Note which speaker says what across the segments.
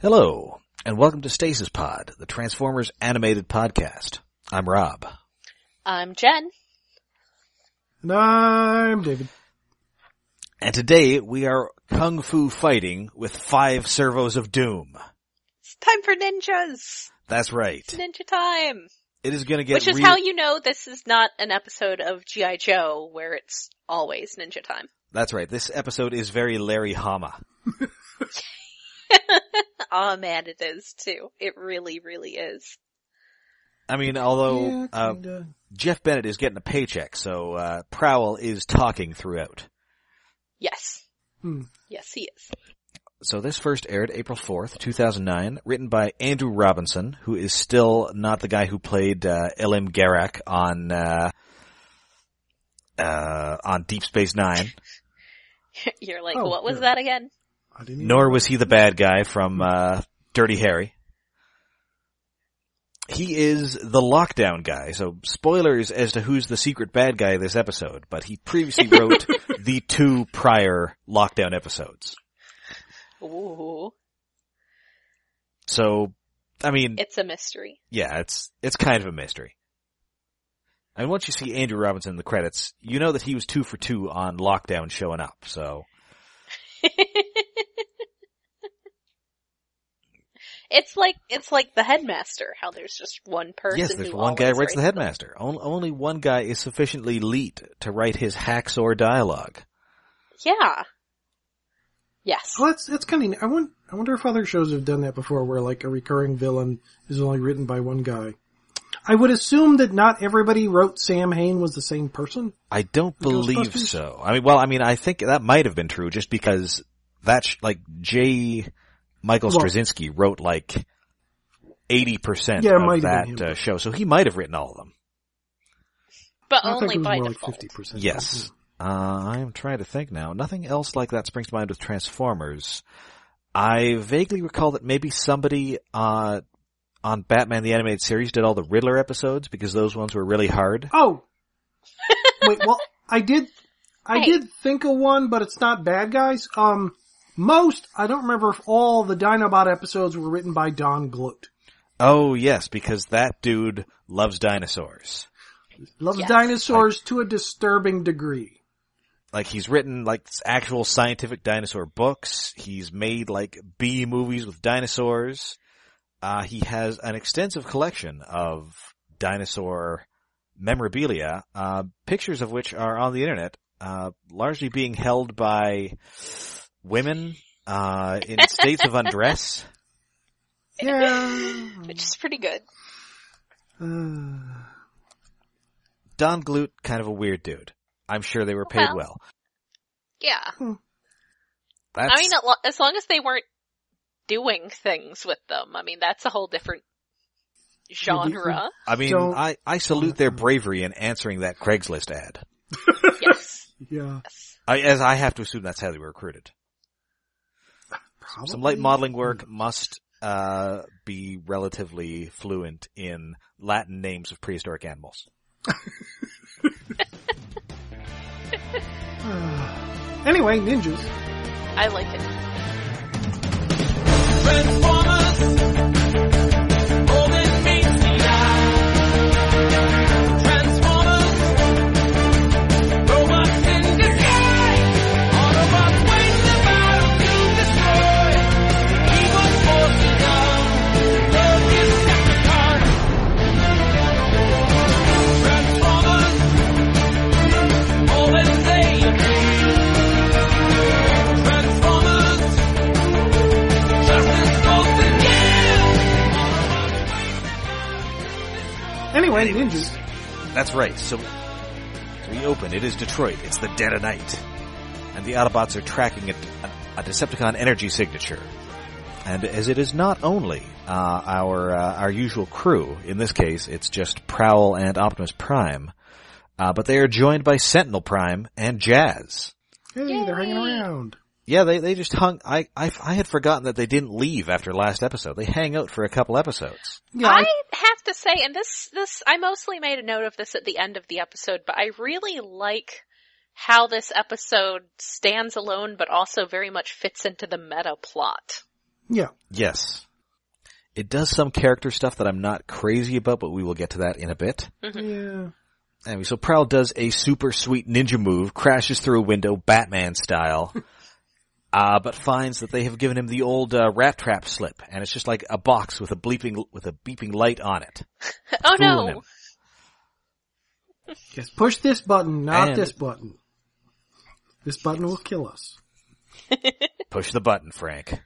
Speaker 1: Hello, and welcome to Stasis Pod, the Transformers animated podcast. I'm Rob.
Speaker 2: I'm Jen.
Speaker 3: And I'm David.
Speaker 1: And today we are kung fu fighting with five servos of doom.
Speaker 2: It's time for ninjas.
Speaker 1: That's right.
Speaker 2: It's ninja time.
Speaker 1: It is gonna get
Speaker 2: Which is
Speaker 1: re-
Speaker 2: how you know this is not an episode of G.I. Joe where it's always ninja time.
Speaker 1: That's right. This episode is very Larry Hama.
Speaker 2: oh man, it is too. It really, really is.
Speaker 1: I mean, although uh, Jeff Bennett is getting a paycheck, so uh, Prowl is talking throughout.
Speaker 2: Yes.
Speaker 3: Hmm.
Speaker 2: Yes, he is.
Speaker 1: So this first aired April 4th, 2009, written by Andrew Robinson, who is still not the guy who played uh, Elim Garak on uh, uh, on Deep Space 9,
Speaker 2: You're like,
Speaker 3: Oh,
Speaker 2: what was
Speaker 3: yeah.
Speaker 2: that again?
Speaker 3: I didn't even-
Speaker 1: nor was he the bad guy from uh, Dirty Harry. He is the lockdown guy, so spoilers as to who's the secret bad guy this episode, but he previously wrote the two prior lockdown episodes.
Speaker 2: Ooh.
Speaker 1: So, I mean,
Speaker 2: It's a mystery.
Speaker 1: yeah, it's it's kind of a mystery. And once you see Andrew Robinson in the credits, you know that he was two for two on lockdown showing up. So
Speaker 2: it's like, it's like the headmaster, how there's just one person.
Speaker 1: yes, there's
Speaker 2: who
Speaker 1: one guy
Speaker 2: always
Speaker 1: writes the headmaster. On- only one guy is sufficiently elite to write his hacks or dialogue.
Speaker 2: Yeah. Yes.
Speaker 3: Well, that's that's kind of. I wonder. I wonder if other shows have done that before, where like a recurring villain is only written by one guy. I would assume that not everybody wrote Sam Hain was the same person.
Speaker 1: I don't believe
Speaker 3: Ghostbusters?
Speaker 1: so. I mean, well, I mean, I think that might have been true just because that sh- like J. Michael
Speaker 3: Well-
Speaker 1: Straczynski wrote like eighty percent
Speaker 3: Yeah, it might
Speaker 1: of
Speaker 3: have been
Speaker 1: that
Speaker 3: him,
Speaker 1: uh, show, so he might have written all of them.
Speaker 2: But
Speaker 3: I think
Speaker 2: only
Speaker 3: it was
Speaker 2: by
Speaker 3: more
Speaker 2: default.
Speaker 3: like fifty percent.
Speaker 1: Yes. Uh, I'm trying to think now. Nothing else like that springs to mind with Transformers. I vaguely recall that maybe somebody uh, on Batman the Animated Series did all the Riddler episodes because those ones were really hard.
Speaker 3: Oh. Wait. Well, I did. I
Speaker 2: Hey.
Speaker 3: did think of one, but it's not bad guys. Um, most I don't remember if all the Dinobot episodes were written by Don Glut.
Speaker 1: Oh yes, because that dude loves dinosaurs.
Speaker 3: Loves
Speaker 2: Yes.
Speaker 3: dinosaurs to a disturbing degree.
Speaker 1: Like he's written like actual scientific dinosaur books. He's made like B movies with dinosaurs. Uh, he has an extensive collection of dinosaur memorabilia, uh, pictures of which are on the internet, uh, largely being held by women, uh, in states of undress.
Speaker 3: Yeah.
Speaker 2: Which is pretty good.
Speaker 3: Uh,
Speaker 1: Don Glute, kind of a weird dude. I'm sure they were paid
Speaker 2: Well,
Speaker 1: well.
Speaker 2: Yeah.
Speaker 1: That's,
Speaker 2: I mean, a lo- as long as they weren't doing things with them, I mean, that's a whole different genre.
Speaker 1: I mean,
Speaker 3: don't-
Speaker 1: I, I salute their bravery in answering that Craigslist ad.
Speaker 2: yes.
Speaker 3: yeah.
Speaker 2: yes.
Speaker 1: I, as I have to assume that's how they were recruited.
Speaker 3: Probably.
Speaker 1: Some light modeling work must uh, be relatively fluent in Latin names of prehistoric animals.
Speaker 3: anyway, ninjas.
Speaker 2: I like it.
Speaker 3: Anyway, ninjas.
Speaker 1: That's right. So, so we open. It is Detroit. It's the dead of night, and the Autobots are tracking a, a Decepticon energy signature. And as it is not only uh, our uh, our usual crew, in this case, it's just Prowl and Optimus Prime, uh, but they are joined by Sentinel Prime and Jazz.
Speaker 3: Hey, they're hanging
Speaker 2: Yay.
Speaker 3: around.
Speaker 1: Yeah, they, they just hung. I, I I had forgotten that they didn't leave after last episode. They hang out for a couple episodes.
Speaker 3: Yeah,
Speaker 2: I have to say, and this, this, I mostly made a note of this at the end of the episode, but I really like how this episode stands alone, but also very much fits into the meta plot.
Speaker 3: Yeah.
Speaker 1: Yes. It does some character stuff that I'm not crazy about, but we will get to that in a bit.
Speaker 2: Mhm.
Speaker 3: Yeah.
Speaker 1: Anyway, so Prowl does a super sweet ninja move, crashes through a window, Batman style, uh, but finds that they have given him the old uh, rat trap slip, and it's just like a box with a bleeping with a beeping light on it.
Speaker 2: Oh
Speaker 1: Fooling
Speaker 2: no!
Speaker 1: him.
Speaker 3: Yes, push this button, not
Speaker 1: And-
Speaker 3: this button. This button will kill us.
Speaker 1: Push the button, Frank.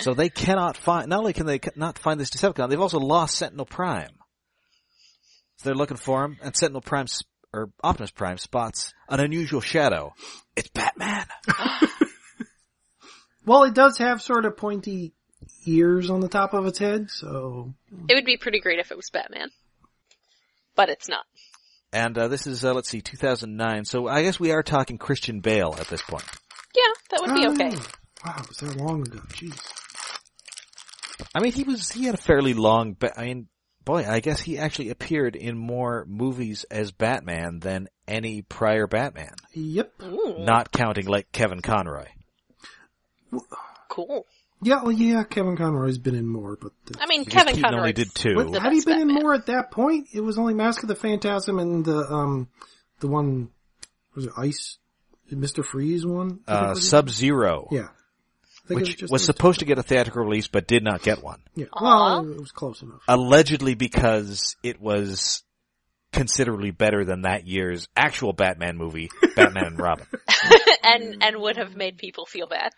Speaker 1: So they cannot find. Not only can they c- not find this Decepticon, they've also lost Sentinel Prime. So they're looking for him, and Sentinel Prime sp- or Optimus Prime spots an unusual shadow. It's Batman.
Speaker 3: Well, it does have sort of pointy ears on the top of its head, so
Speaker 2: It would be pretty great if it was Batman, but it's not.
Speaker 1: And uh, this is, uh, let's see, 2009. So I guess we are talking Christian Bale at this point.
Speaker 2: Yeah, that would be okay.
Speaker 3: Oh, Wow, was that long ago? Jeez.
Speaker 1: I mean, he was he had a fairly long. Ba- I mean, boy, I guess he actually appeared in more movies as Batman than any prior Batman,
Speaker 3: Yep.
Speaker 1: Ah.
Speaker 2: Ooh,
Speaker 1: not counting like Kevin Conroy.
Speaker 2: cool.
Speaker 3: Yeah, well, yeah, Kevin Conroy's been in more, but uh, the,
Speaker 2: I mean,
Speaker 1: Because
Speaker 2: Kevin
Speaker 1: Keaton
Speaker 2: Conroy
Speaker 1: only did two.
Speaker 3: What-
Speaker 2: the
Speaker 3: had he
Speaker 2: best
Speaker 3: been in
Speaker 2: Batman.
Speaker 3: more at that point? It was only Mask of the Phantasm and the um the one was it Ice Mr. Freeze one? I think it
Speaker 1: uh,
Speaker 3: was.
Speaker 1: Sub Zero,
Speaker 3: Yeah. I think it
Speaker 1: which was
Speaker 3: those
Speaker 1: supposed to get a theatrical release but did not get one,
Speaker 3: two. Yeah.
Speaker 2: Aw.
Speaker 3: Well, it was close enough.
Speaker 1: allegedly because it was considerably better than that year's actual Batman movie, Batman and Robin.
Speaker 2: and and would have made people feel bad.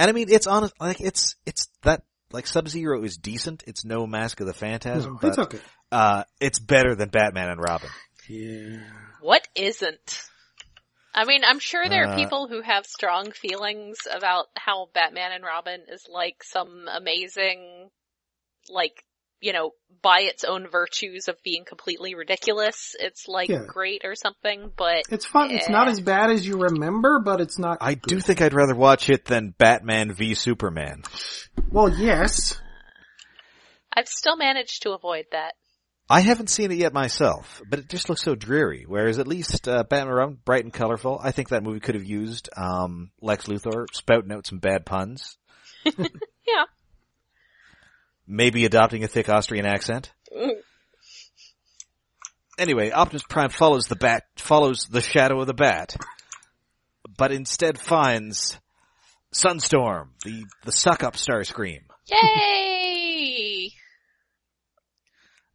Speaker 1: And I mean, it's honest, like it's, it's that, like Sub Zero is decent. It's no Mask of the Phantasm,
Speaker 3: No,
Speaker 1: but,
Speaker 3: it's okay.
Speaker 1: uh, it's better than Batman and Robin.
Speaker 3: Yeah.
Speaker 2: What isn't? I mean, I'm sure there are
Speaker 1: Uh,
Speaker 2: people who have strong feelings about how Batman and Robin is like some amazing, like, you know, by its own virtues of being completely ridiculous, it's like
Speaker 3: Yeah.
Speaker 2: great or something, but
Speaker 3: It's fun. It's not as bad as you remember, but it's not.
Speaker 1: I do
Speaker 3: good.
Speaker 1: think I'd rather watch it than Batman v Superman.
Speaker 3: Well, yes.
Speaker 2: I've still managed to avoid that.
Speaker 1: I haven't seen it yet myself, but it just looks so dreary. Whereas at least uh, Batman and Robin, bright and colorful. I think that movie could have used um, Lex Luthor spouting out some bad puns.
Speaker 2: Yeah.
Speaker 1: Maybe adopting a thick Austrian accent.
Speaker 2: Mm.
Speaker 1: Anyway, Optimus Prime follows the bat, follows the shadow of the bat, but instead finds Sunstorm, the the suck up Starscream,
Speaker 2: Yay!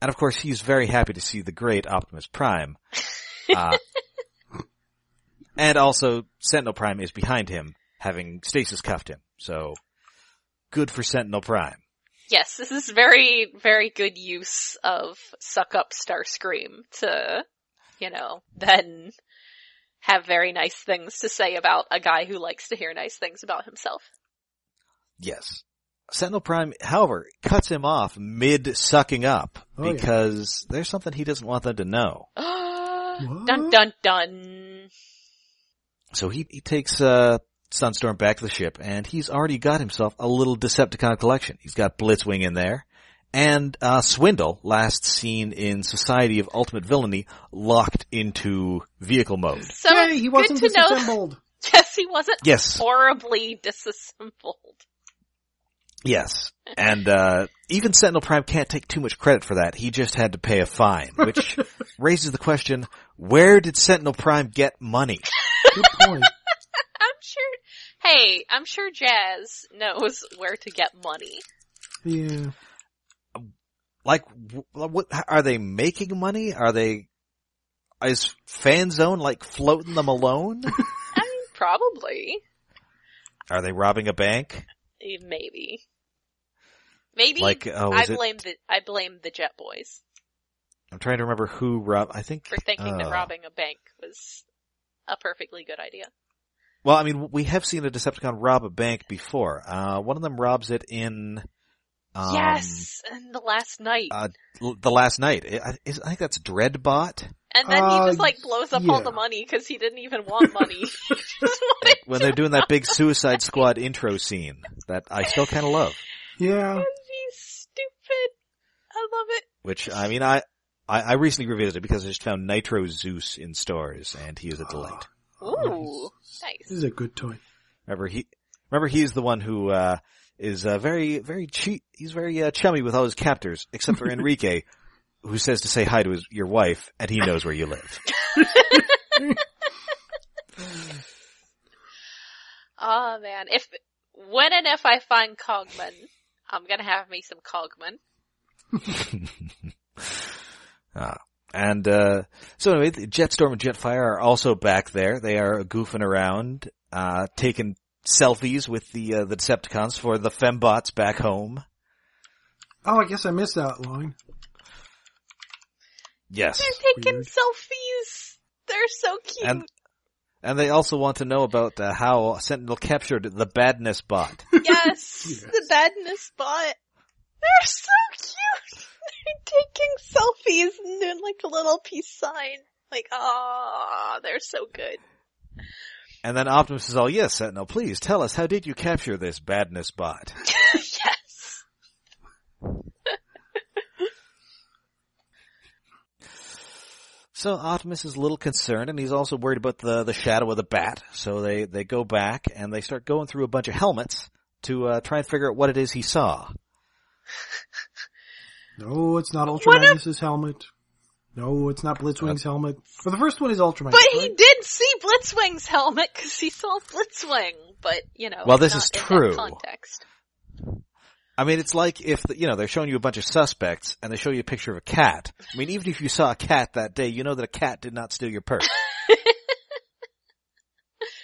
Speaker 1: and of course he's very happy to see the great Optimus Prime. Uh, and also Sentinel Prime is behind him, having stasis cuffed him. So good for Sentinel Prime.
Speaker 2: yes, this is very, very good use of suck up Starscream to, you know, then have very nice things to say about a guy who likes to hear nice things about himself.
Speaker 1: Yes. Sentinel Prime, however, cuts him off mid sucking up
Speaker 3: Oh, yeah.
Speaker 1: because there's something he doesn't want them to know.
Speaker 2: dun dun dun.
Speaker 1: So he, he takes, uh, Sunstorm back to the ship and he's already got himself a little Decepticon collection. He's got Blitzwing in there and, uh, Swindle, last seen in Society of Ultimate Villainy, locked into vehicle mode.
Speaker 2: So
Speaker 3: Yay, he wasn't
Speaker 2: good to know.
Speaker 3: disassembled.
Speaker 2: yes, he wasn't
Speaker 1: Yes.
Speaker 2: horribly disassembled.
Speaker 1: Yes. And, uh, even Sentinel Prime can't take too much credit for that. He just had to pay a fine, which raises the question, where did Sentinel Prime get money?
Speaker 3: Good point.
Speaker 2: I'm sure. Hey, I'm sure Jazz knows where to get money.
Speaker 3: Yeah.
Speaker 1: Like, wh- what, are they making money? Are they, is Fanzone like floating them alone?
Speaker 2: I mean, probably.
Speaker 1: are they robbing a bank?
Speaker 2: Eh, Maybe. Maybe
Speaker 1: Like, oh,
Speaker 2: I
Speaker 1: is it,
Speaker 2: blame the I blame the Jet Boys
Speaker 1: I'm trying to remember who robbed, I think.
Speaker 2: for thinking that
Speaker 1: uh,
Speaker 2: robbing a bank was a perfectly good idea.
Speaker 1: Well, I mean, we have seen a Decepticon rob a bank before. Uh, one of them robs it in, um,
Speaker 2: yes, and the last night,
Speaker 1: uh, l- the last night. I, is, I think that's Dreadbot.
Speaker 2: and then
Speaker 3: uh,
Speaker 2: he just like blows up all
Speaker 3: yeah.
Speaker 2: the money because he didn't even want money. He just wanted
Speaker 1: when they're doing that big Suicide Squad intro scene that I still kind of love.
Speaker 2: to
Speaker 3: Yeah.
Speaker 2: be stupid. I love it.
Speaker 1: Which I mean, I, I I recently revisited because I just found Nitro Zeus in stores, and he is a delight.
Speaker 2: Ooh, nice.
Speaker 3: This is a good toy.
Speaker 1: Remember he. Remember, he's the one who uh, is uh, very, very cheap. He's very uh, chummy with all his captors, except for Enrique, who says to say hi to his, your wife, and he knows where you live.
Speaker 2: Oh man, if when and if I find Cogman, I'm gonna have me some Cogman.
Speaker 1: Ah. And uh, so anyway, the Jetstorm and Jetfire are also back there. They are goofing around, uh, taking selfies with the uh, the Decepticons for the Fembots back home.
Speaker 3: Oh, I guess I missed that line.
Speaker 1: Yes,
Speaker 2: They're taking
Speaker 3: Weird.
Speaker 2: selfies. They're so cute.
Speaker 1: and and they also want to know about uh, how Sentinel captured the Badness Bot.
Speaker 2: yes,
Speaker 3: Yes.
Speaker 2: the badness bot. They're so cute. They're taking selfies and doing like a little peace sign. Like, ah, they're so good.
Speaker 1: And then Optimus is all, "Yes, Sentinel, please tell us how did you capture this Badness Bot?"
Speaker 2: yes.
Speaker 1: So Optimus is a little concerned, and he's also worried about the the shadow of the bat. So they they go back and they start going through a bunch of helmets to uh, try and figure out what it is he saw.
Speaker 3: No, it's not Ultra
Speaker 2: What if-
Speaker 3: Magnus's helmet. No, it's not Blitzwing's helmet. Well, the first one is Ultraman.
Speaker 2: But he
Speaker 3: right?
Speaker 2: did see Blitzwing's helmet because he saw Blitzwing. But you know,
Speaker 1: Well, this
Speaker 2: not
Speaker 1: is
Speaker 2: in that
Speaker 1: true.
Speaker 2: context.
Speaker 1: I mean, it's like if the, you know they're showing you a bunch of suspects and they show you a picture of a cat. I mean, even if you saw a cat that day, you know that a cat did not steal your purse.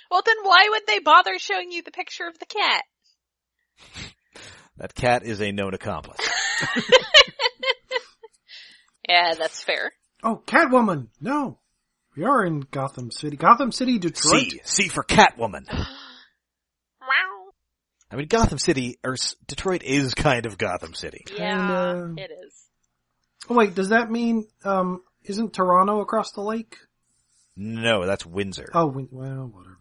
Speaker 2: Well, then why would they bother showing you the picture of the cat?
Speaker 1: that cat is a known accomplice.
Speaker 2: Yeah, that's fair.
Speaker 3: Oh, Catwoman! No! We are in Gotham City. Gotham City, Detroit.
Speaker 1: C C for Catwoman.
Speaker 2: Wow.
Speaker 1: I mean, Gotham City or s- Detroit is kind of Gotham City.
Speaker 2: Yeah,
Speaker 3: Kinda.
Speaker 2: it is.
Speaker 3: Oh wait, does that mean, um, isn't Toronto across the lake?
Speaker 1: No, that's Windsor.
Speaker 3: Oh, we- well, whatever.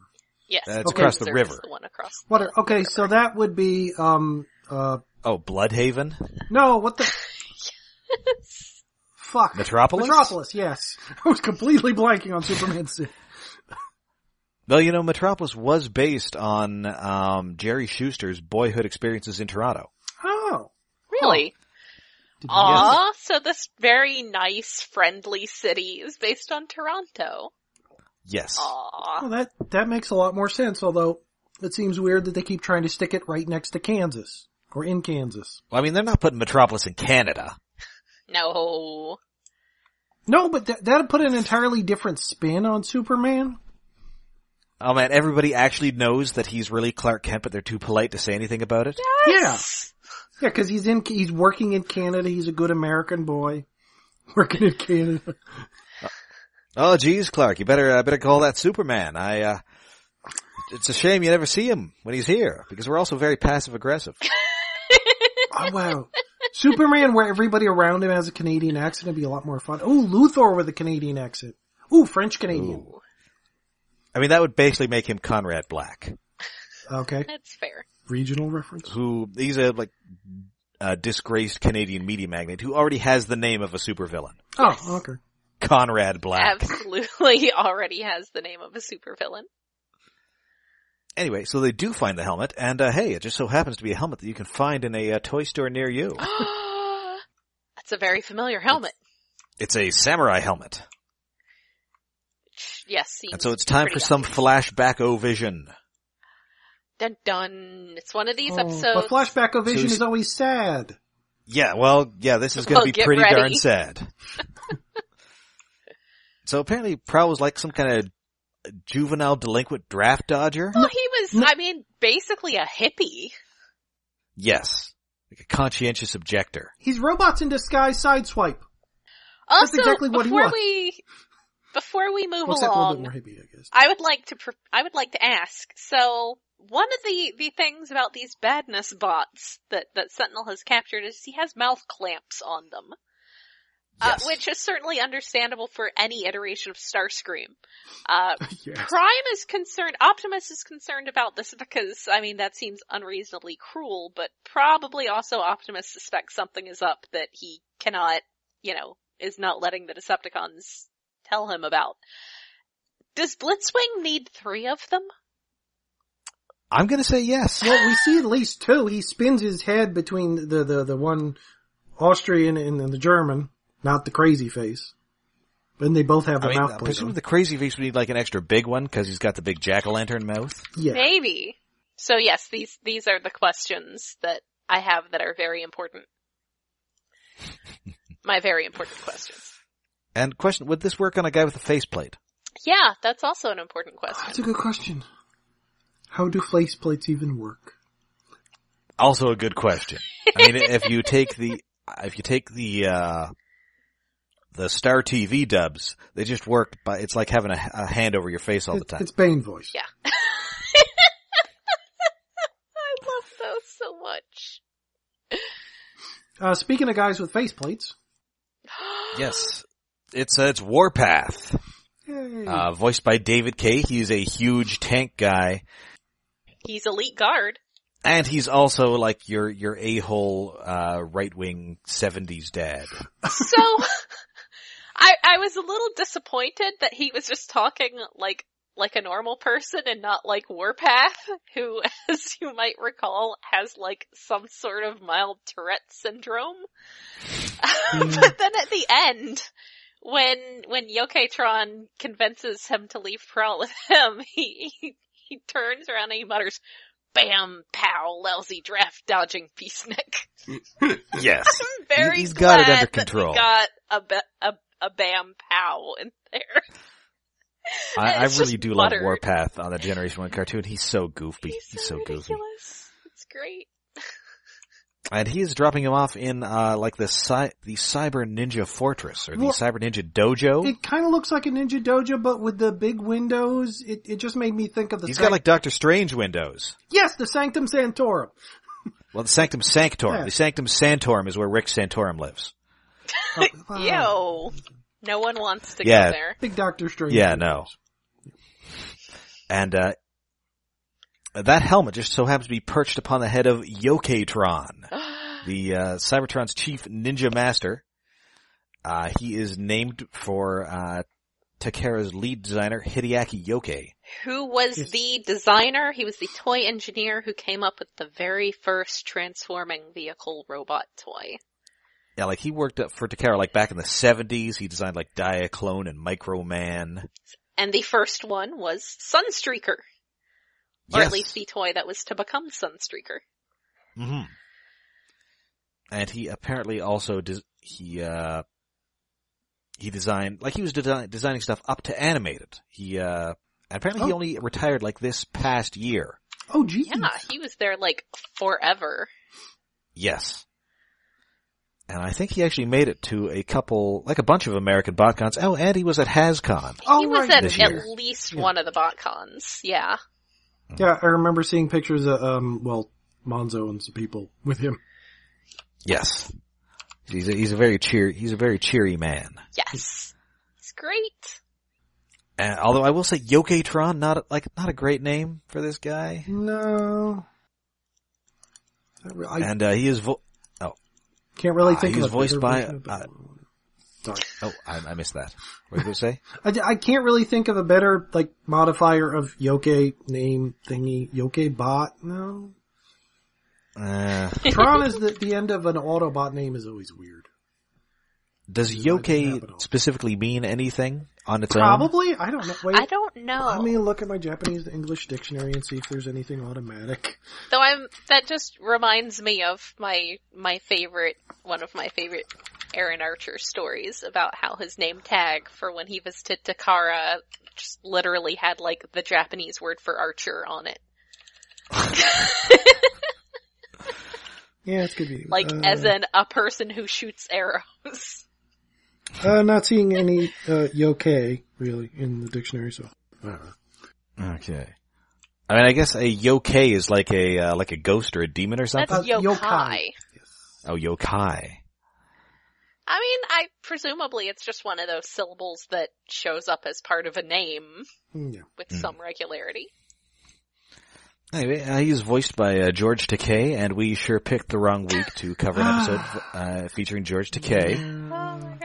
Speaker 2: Yes,
Speaker 1: That's
Speaker 2: Windsor
Speaker 1: across the
Speaker 2: is
Speaker 1: river.
Speaker 2: The one across. the
Speaker 3: What? Okay, so that would be, um, uh,
Speaker 1: oh Bloodhaven.
Speaker 3: no, what the? Fuck.
Speaker 1: Metropolis?
Speaker 3: Metropolis, yes. I was completely blanking on Superman City.
Speaker 1: Well, you know, Metropolis was based on um, Jerry Schuster's boyhood experiences in Toronto.
Speaker 3: Oh.
Speaker 2: Really?
Speaker 3: Did you guess?
Speaker 2: Aw, so this very nice, friendly city is based on Toronto.
Speaker 1: Yes.
Speaker 2: Aw.
Speaker 3: Well, that that makes a lot more sense. Although it seems weird that they keep trying to stick it right next to Kansas or in Kansas.
Speaker 1: Well, I mean, they're not putting Metropolis in Canada.
Speaker 2: No.
Speaker 3: No, but that that'd put an entirely different spin on Superman.
Speaker 1: Oh man, everybody actually knows that he's really Clark Kent, but they're too polite to say anything about it.
Speaker 3: Yeah, yeah, because he's in he's working in Canada. He's a good American boy working in Canada.
Speaker 1: Oh, geez, Clark, you better uh, better call that Superman. I. uh It's a shame you never see him when he's here because we're also very passive aggressive.
Speaker 3: Oh wow, Superman where everybody around him has a Canadian accent would be a lot more fun. Oh, Luthor with a Canadian accent. Ooh, French Canadian.
Speaker 1: I mean, that would basically make him Conrad Black,
Speaker 3: Okay,
Speaker 2: That's fair.
Speaker 3: regional reference.
Speaker 1: who he's a like a disgraced Canadian media magnate who already has the name of a supervillain,
Speaker 3: Oh, okay.
Speaker 1: Conrad Black.
Speaker 2: Absolutely already has the name of a supervillain.
Speaker 1: Anyway, so they do find the helmet, and uh, hey, it just so happens to be a helmet that you can find in a uh, toy store near you.
Speaker 2: That's a very familiar helmet.
Speaker 1: It's a samurai helmet,
Speaker 2: Yes, seems
Speaker 1: and so it's time for
Speaker 2: pretty
Speaker 1: some
Speaker 2: obvious.
Speaker 1: flashback o vision.
Speaker 2: Dun dun. It's one of these
Speaker 3: Oh,
Speaker 2: episodes.
Speaker 3: but flashback of vision
Speaker 1: he's-
Speaker 3: is always sad.
Speaker 1: Yeah, well, yeah, this is going
Speaker 2: Well,
Speaker 1: to be
Speaker 2: get
Speaker 1: pretty
Speaker 2: ready.
Speaker 1: darn sad. so apparently, Prowl was like some kind of juvenile delinquent draft dodger.
Speaker 2: well, Oh, he was, I mean, basically a hippie.
Speaker 1: Yes, like a conscientious objector.
Speaker 3: He's robots in disguise sideswipe.
Speaker 2: Also,
Speaker 3: exactly what he
Speaker 2: before
Speaker 3: was.
Speaker 2: we, before we move
Speaker 3: Well, except a little bit
Speaker 2: along,
Speaker 3: more hippie, I guess.
Speaker 2: I would like to pr- I would like to ask. So one of the the things about these badness bots that that Sentinel has captured is he has mouth clamps on them,
Speaker 1: Yes.
Speaker 2: uh, which is certainly understandable for any iteration of Starscream. Uh,
Speaker 3: Yes.
Speaker 2: Prime is concerned. Optimus is concerned about this because I mean that seems unreasonably cruel, but probably also Optimus suspects something is up that he cannot, you know, is not letting the Decepticons tell him about. Does Blitzwing need three of them?
Speaker 1: I'm gonna say yes.
Speaker 3: Well, we see at least two. He spins his head between the, the, the one Austrian and, and the German, not the crazy face. Then they both have the
Speaker 1: I mean,
Speaker 3: mouth plate.
Speaker 1: presumably
Speaker 3: on.
Speaker 1: the crazy face would need like an extra big one because he's got the big jack o' lantern mouth.
Speaker 3: Yeah.
Speaker 2: Maybe. So yes, these these are the questions that I have that are very important. My very important questions.
Speaker 1: And question: Would this work on a guy with a faceplate?
Speaker 2: Yeah, that's also an important question.
Speaker 3: That's a good question. How do face plates even work?
Speaker 1: Also a good question. I mean, if you take the if you take the uh the Star TV dubs, they just work. By it's like having a, a hand over your face all the
Speaker 3: It's-
Speaker 1: time.
Speaker 3: It's Bane voice.
Speaker 2: Yeah. I love those so much.
Speaker 3: Uh, speaking of guys with face plates,
Speaker 1: Yes, it's uh, it's Warpath,
Speaker 3: yay.
Speaker 1: uh, voiced by David K. He's a huge tank guy,
Speaker 2: He's elite guard.
Speaker 1: and he's also like your your a hole uh, right wing '70s dad.
Speaker 2: So I I was a little disappointed that he was just talking like like a normal person and not like Warpath, who, as you might recall, has like some sort of mild Tourette syndrome. but then at the end, when when Yoketron convinces him to leave Prowl with him, he, he he turns around and he mutters, "Bam, pow, lousy draft dodging peace nick."
Speaker 1: Yes,
Speaker 2: I'm very
Speaker 1: He's
Speaker 2: glad
Speaker 1: got it under
Speaker 2: that we
Speaker 1: control.
Speaker 2: got a, ba- a a bam pow in there.
Speaker 1: I, I
Speaker 2: It's
Speaker 1: really
Speaker 2: just
Speaker 1: do
Speaker 2: butter.
Speaker 1: love Warpath on the Generation One cartoon. He's so goofy. He's, so goofy,
Speaker 2: ridiculous. It's great.
Speaker 1: and he is dropping him off in uh like the cy- the Cyber Ninja Fortress or the
Speaker 3: Well-
Speaker 1: Cyber Ninja Dojo.
Speaker 3: it kind of looks like a Ninja Dojo, but with the big windows, it, it just made me think of the.
Speaker 1: He's
Speaker 3: Sanct-
Speaker 1: got like Doctor Strange windows.
Speaker 3: yes, the Sanctum Santorum.
Speaker 1: Well, the Sanctum Sanctorum.
Speaker 3: Yeah.
Speaker 1: The Sanctum Santorum is where Rick Santorum lives.
Speaker 3: Oh, wow.
Speaker 2: Yo, no one wants to
Speaker 1: Yeah.
Speaker 2: go there.
Speaker 3: Big Doctor Strange.
Speaker 1: Yeah, no. And uh that helmet just so happens to be perched upon the head of Yoketron, the uh Cybertron's chief ninja master. Uh he is named for uh Takara's lead designer Hideaki Yoke.
Speaker 2: Who was
Speaker 3: Yes.
Speaker 2: the designer? He was the toy engineer who came up with the very first transforming vehicle robot toy.
Speaker 1: Yeah, like he worked up for Takara like back in the 70s. He designed like Diaclone and Microman.
Speaker 2: And the first one was Sunstreaker. Or at least the toy that was to become Sunstreaker.
Speaker 1: hmm And he apparently also des- he uh he designed like he was desi- designing stuff up to animated. He uh apparently he
Speaker 3: Oh.
Speaker 1: only retired like this past year.
Speaker 3: Oh, geez.
Speaker 2: Yeah, he was there like forever.
Speaker 1: Yes. And I think he actually made it to a couple, like a bunch of American BotCons. Oh, and he was at HasCon.
Speaker 3: Oh,
Speaker 2: he was
Speaker 3: right.
Speaker 2: at
Speaker 1: This year.
Speaker 2: at least
Speaker 3: Yeah.
Speaker 2: one of the botcons. Yeah.
Speaker 3: Yeah, I remember seeing pictures of, um, well, Monzo and some people with him.
Speaker 1: Yes. He's a, he's a very cheer, he's a very cheery man.
Speaker 2: Yes. It's great.
Speaker 1: And although I will say Yoketron, not a, like, not a great name for this guy.
Speaker 3: No. I, re- I
Speaker 1: And, uh, he is vo-
Speaker 3: can't really
Speaker 1: uh,
Speaker 3: think
Speaker 1: he was
Speaker 3: of a
Speaker 1: voiced
Speaker 3: bigger
Speaker 1: by,
Speaker 3: version of
Speaker 1: uh,
Speaker 3: Batman. Sorry.
Speaker 1: oh, I, I missed that. What did you say?
Speaker 3: I, d- I can't really think of a better, like, modifier of Yoke name thingy. Yoke bot? No.
Speaker 1: Uh,
Speaker 3: Tron is the, the end of an Autobot name is always weird.
Speaker 1: does
Speaker 3: Like capital.
Speaker 1: yoke specifically mean anything on its own?
Speaker 3: Probably? I don't know. Wait.
Speaker 2: I don't know.
Speaker 3: Let me look at my Japanese to English dictionary and see if there's anything automatic.
Speaker 2: Though I'm that just reminds me of my my favorite one of my favorite Aaron Archer stories about how his name tag for when he visited Takara just literally had like the Japanese word for archer on it.
Speaker 3: Yeah, it could be.
Speaker 2: Like
Speaker 3: uh,
Speaker 2: as in a person who shoots arrows.
Speaker 3: Uh, not seeing any uh, yoke really in the dictionary, so. I don't know.
Speaker 1: Okay. I mean, I guess a yoke is like a uh, like a ghost or a demon or
Speaker 2: That's
Speaker 1: something.
Speaker 3: Uh,
Speaker 2: yokai.
Speaker 3: yokai.
Speaker 1: oh, yokai.
Speaker 2: I mean, I presumably it's just one of those syllables that shows up as part of a name
Speaker 3: Mm, Yeah.
Speaker 2: with some regularity.
Speaker 1: Anyway, uh, he's voiced by uh, George Takei, and we sure picked the wrong week to cover
Speaker 2: Ah.
Speaker 1: an episode uh, featuring George Takei.
Speaker 2: Oh my god.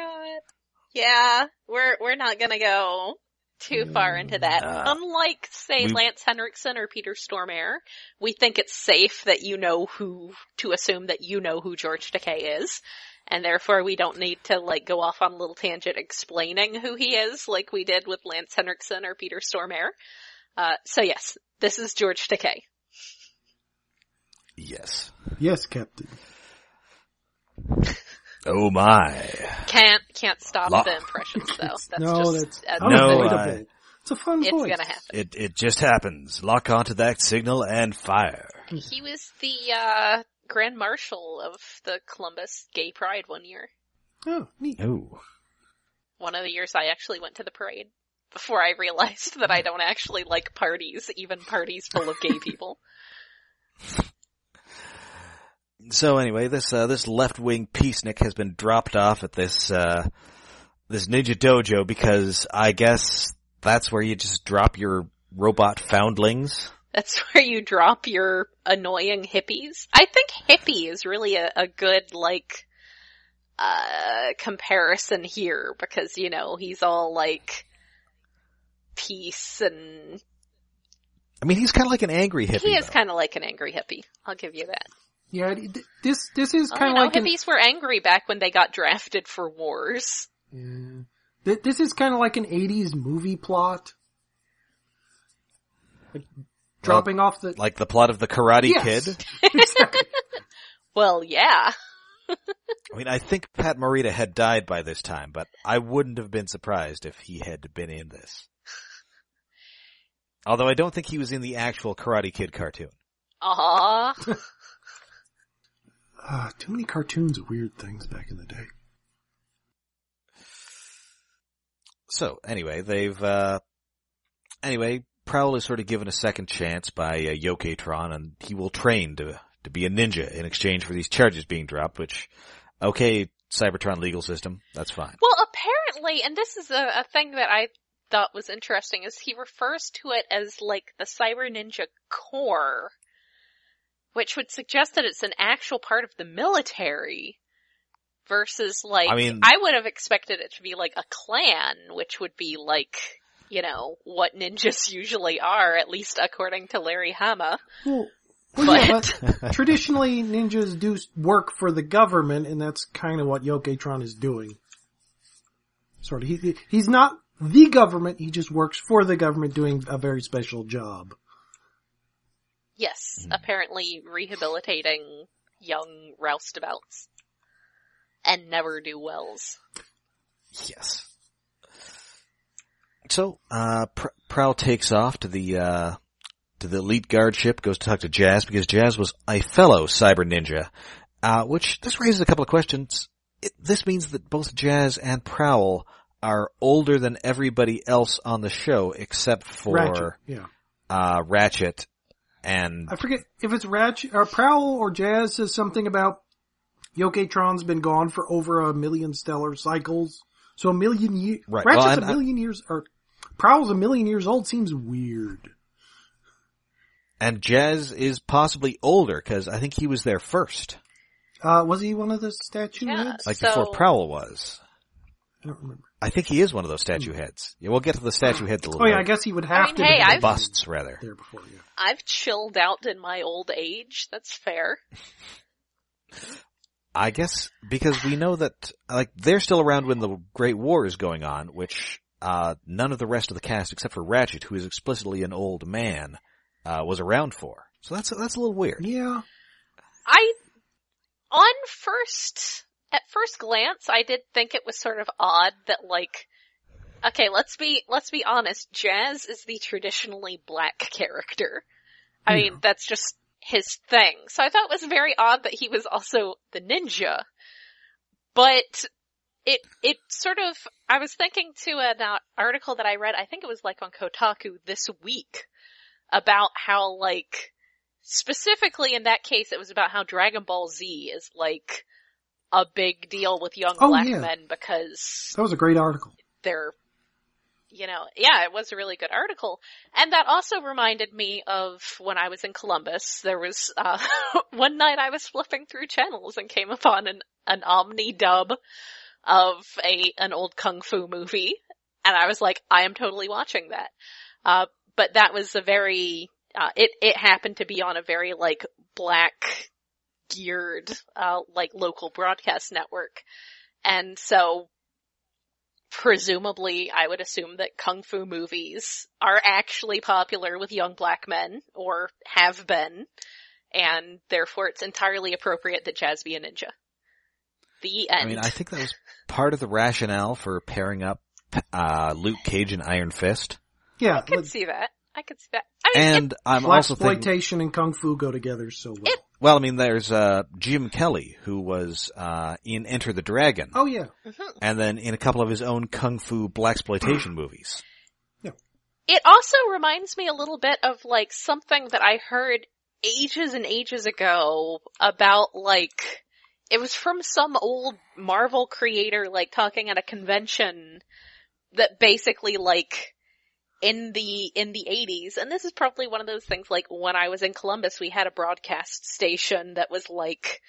Speaker 2: Yeah, we're we're not gonna go too far into that.
Speaker 1: Uh,
Speaker 2: Unlike, say,
Speaker 1: we-
Speaker 2: Lance Henriksen or Peter Stormare, we think it's safe that you know who, to assume that you know who George Takei is. And therefore we don't need to like go off on a little tangent explaining who he is like we did with Lance Henriksen or Peter Stormare. Uh, so yes, this is George Takei.
Speaker 1: Yes.
Speaker 3: Yes, Captain.
Speaker 1: Oh my.
Speaker 2: Can't, can't stop
Speaker 1: Lo-
Speaker 2: the impressions though. That's
Speaker 3: no,
Speaker 2: just,
Speaker 3: that's
Speaker 2: uh,
Speaker 1: No,
Speaker 2: that's-
Speaker 1: I-
Speaker 3: unavoidable. It's a fun
Speaker 2: it's
Speaker 3: voice.
Speaker 2: gonna happen.
Speaker 1: It it just happens. Lock onto that signal and fire.
Speaker 2: He was the uh, Grand Marshal of the Columbus Gay Pride one year.
Speaker 3: Oh, neat.
Speaker 1: Ooh.
Speaker 2: One of the years I actually went to the parade before I realized that I don't actually like parties, even parties full of gay people.
Speaker 1: So anyway, this uh, this left wing peacenik has been dropped off at this uh, this ninja dojo because I guess that's where you just drop your robot foundlings.
Speaker 2: That's where you drop your annoying hippies. I think hippie is really a, a good like uh comparison here because you know he's all like peace and
Speaker 1: I mean, he's kind of like an angry hippie.
Speaker 2: he is
Speaker 1: though.
Speaker 2: kind of like an angry hippie. I'll give you that.
Speaker 3: Yeah, it- th- this this is
Speaker 2: Oh,
Speaker 3: kind
Speaker 2: you know,
Speaker 3: of like an,
Speaker 2: hippies were angry back when they got drafted for wars.
Speaker 3: yeah. Th- this is kind of like an '80s movie plot, like dropping off the
Speaker 1: like the plot of the Karate
Speaker 3: Yes.
Speaker 1: Kid.
Speaker 3: Exactly.
Speaker 2: Well, yeah.
Speaker 1: I mean, I think Pat Morita had died by this time, but I wouldn't have been surprised if he had been in this. Although I don't think he was in the actual Karate Kid cartoon.
Speaker 2: Aw.
Speaker 3: Ah, too many cartoons, of weird things back in the day.
Speaker 1: So anyway, they've uh anyway, Prowl is sort of given a second chance by uh, Yokatron, and he will train to to be a ninja in exchange for these charges being dropped. Which, okay, Cybertron legal system, that's fine.
Speaker 2: Well, apparently, and this is a, a thing that I thought was interesting, is he refers to it as like the Cyber Ninja Corps, which would suggest that it's an actual part of the military versus like,
Speaker 1: I mean-
Speaker 2: I would have expected it to be like a clan, which would be like, you know, what ninjas usually are, at least according to Larry Hama.
Speaker 3: Well, well, yeah, but traditionally ninjas do s- work for the government, and that's kind of what Yoketron is doing. Sort of. He, he's not the government, he just works for the government doing a very special job.
Speaker 2: Yes,
Speaker 1: Hmm.
Speaker 2: apparently rehabilitating young roustabouts and never do wells.
Speaker 1: Yes. So, uh, Pr- Prowl takes off to the, uh, to the elite guard ship, goes to talk to Jazz because Jazz was a fellow cyber ninja, uh, which this raises a couple of questions. It, this means that both Jazz and Prowl are older than everybody else on the show except for,
Speaker 3: Ratchet, yeah.
Speaker 1: uh, Ratchet and,
Speaker 3: I forget if it's Ratchet or Prowl or Jazz says something about Yoketron's been gone for over a million stellar cycles. So a million years.
Speaker 1: Right, well,
Speaker 3: Ratchet's
Speaker 1: and uh, I-
Speaker 3: a million years, or Prowl's a million years old seems weird.
Speaker 1: and Jazz is possibly older because I think he was there first,
Speaker 3: Uh, was he one of the statue
Speaker 2: Yeah.
Speaker 3: heads?
Speaker 1: like
Speaker 2: So-
Speaker 1: before Prowl was.
Speaker 3: I don't remember.
Speaker 1: I think he is one of those statue heads. Yeah, we'll get to the statue heads a little
Speaker 3: Hmm. Oh yeah, I
Speaker 1: later.
Speaker 3: guess he would have
Speaker 2: I mean,
Speaker 3: to.
Speaker 2: hey,
Speaker 3: have been
Speaker 2: I've-
Speaker 1: Busts, rather.
Speaker 3: there before you.
Speaker 2: I've chilled out in my old age, that's fair.
Speaker 1: I guess because we know that, like, they're still around when the Great War is going on, which, uh, none of the rest of the cast except for Ratchet, who is explicitly an old man, uh, was around for. So that's, that's a little weird.
Speaker 3: Yeah,
Speaker 2: I, on first, at first glance, I did think it was sort of odd that like, okay, let's be, let's be honest, Jazz is the traditionally black character. I mean, that's just his thing. So I thought it was very odd that he was also the ninja. But it, it sort of, I was thinking to an uh, article that I read, I think it was like on Kotaku this week, about how like, specifically in that case, it was about how Dragon Ball Z is like a big deal with young
Speaker 3: Oh,
Speaker 2: black
Speaker 3: yeah.
Speaker 2: men because
Speaker 3: that was a great article.
Speaker 2: they're, you know, yeah, it was a really good article. And that also reminded me of when I was in Columbus, there was, uh, one night I was flipping through channels and came upon an, an Omni dub of a, an old Kung Fu movie and I was like, I am totally watching that. Uh, but that was a very, uh, it, it happened to be on a very like black geared, uh, like local broadcast network. And so presumably I would assume that kung fu movies are actually popular with young black men or have been. And therefore it's entirely appropriate that Jazz be a ninja. The end.
Speaker 1: I mean, I think that was part of the rationale for pairing up uh, Luke Cage and Iron Fist.
Speaker 3: Yeah,
Speaker 2: I could
Speaker 3: let-
Speaker 2: see that. I could see that. I mean,
Speaker 1: And I'm
Speaker 3: black
Speaker 1: also thinking
Speaker 3: exploitation and kung fu go together so well.
Speaker 2: It-
Speaker 1: Well, I mean, there's uh, Jim Kelly, who was uh, in Enter the Dragon,
Speaker 3: oh yeah,
Speaker 2: it- mhm.
Speaker 1: and then in a couple of his own kung fu black exploitation movies.
Speaker 2: It also reminds me a little bit of like something that I heard ages and ages ago about like, it was from some old Marvel creator like talking at a convention that basically like in the, in the 80s, and this is probably one of those things like when I was in Columbus we had a broadcast station that was like,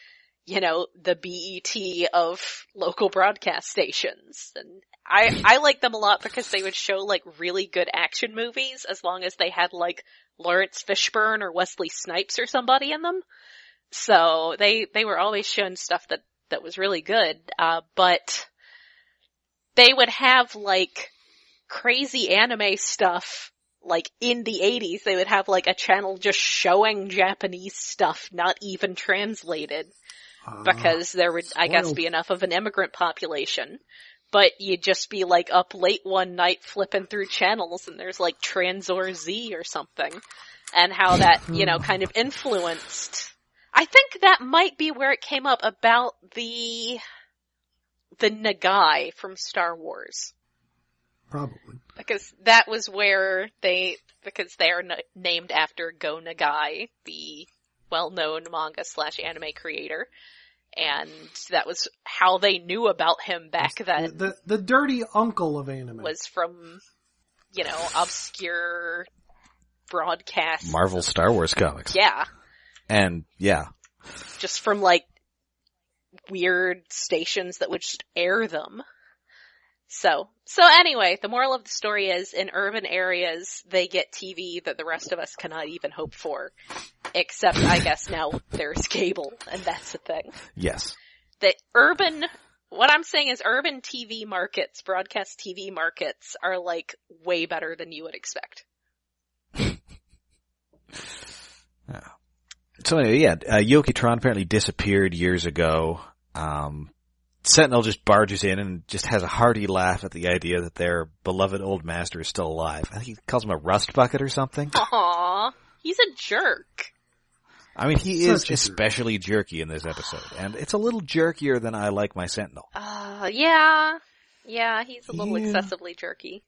Speaker 2: you know, the BET of local broadcast stations and I I like them a lot because they would show like really good action movies as long as they had like Lawrence Fishburne or Wesley Snipes or somebody in them. So they they were always showing stuff that that was really good. Uh, but they would have like crazy anime stuff like in the 80s they would have like a channel just showing Japanese stuff not even translated
Speaker 3: Ah.
Speaker 2: because there would, I guess,
Speaker 3: spoiled.
Speaker 2: be enough of an immigrant population. But you'd just be like up late one night flipping through channels and there's like Transor Z or something. And how that, you
Speaker 3: Hmm.
Speaker 2: know, kind of influenced. I think that might be where it came up about the, the Nagai from Star Wars.
Speaker 3: probably
Speaker 2: Because that was where they, because they are n- named after Go Nagai, the well-known manga slash anime creator. And that was how they knew about him back
Speaker 3: the,
Speaker 2: then,
Speaker 3: the the dirty uncle of anime.
Speaker 2: was from, you know, obscure broadcasts.
Speaker 1: Marvel Star Wars comics.
Speaker 2: Yeah.
Speaker 1: And yeah,
Speaker 2: Just from like weird stations that would just air them. So, so anyway, the moral of the story is in urban areas, they get TV that the rest of us cannot even hope for. Except, I guess now there's cable, and that's the thing.
Speaker 1: yes.
Speaker 2: The urban, what I'm saying is urban TV markets, broadcast TV markets are like way better than you would expect.
Speaker 1: So anyway, yeah, uh, Yokitron apparently disappeared years ago. Um, Sentinel just barges in and just has a hearty laugh at the idea that their beloved old master is still alive. I think he calls him a rust bucket or something.
Speaker 3: Oh,
Speaker 2: Aww, he's a jerk.
Speaker 1: I mean, he
Speaker 3: Such
Speaker 1: is
Speaker 3: a jerk.
Speaker 1: especially jerky in this episode, and it's a little jerkier than I like my Sentinel.
Speaker 2: Uh, yeah, yeah, he's a little
Speaker 3: Yeah.
Speaker 2: excessively jerky.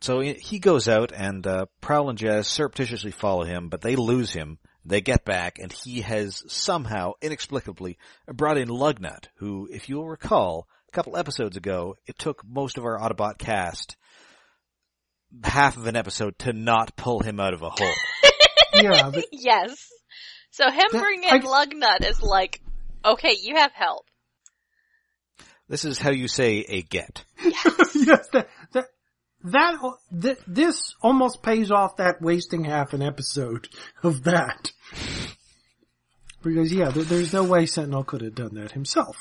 Speaker 1: So he- he goes out and uh, Prowl and Jazz surreptitiously follow him, but they lose him. They get back and he has somehow, inexplicably, brought in Lugnut, who, if you'll recall, a couple episodes ago, it took most of our Autobot cast half of an episode to not pull him out of a hole.
Speaker 3: yeah, the-
Speaker 2: Yes. So him
Speaker 3: That-
Speaker 2: bringing
Speaker 3: I-
Speaker 2: in Lugnut is like, okay, you have help.
Speaker 1: this is how you say a get.
Speaker 3: yes, that, that, that, th- this almost pays off that wasting half an episode of that. Because yeah, there, there's no way Sentinel could have done that himself.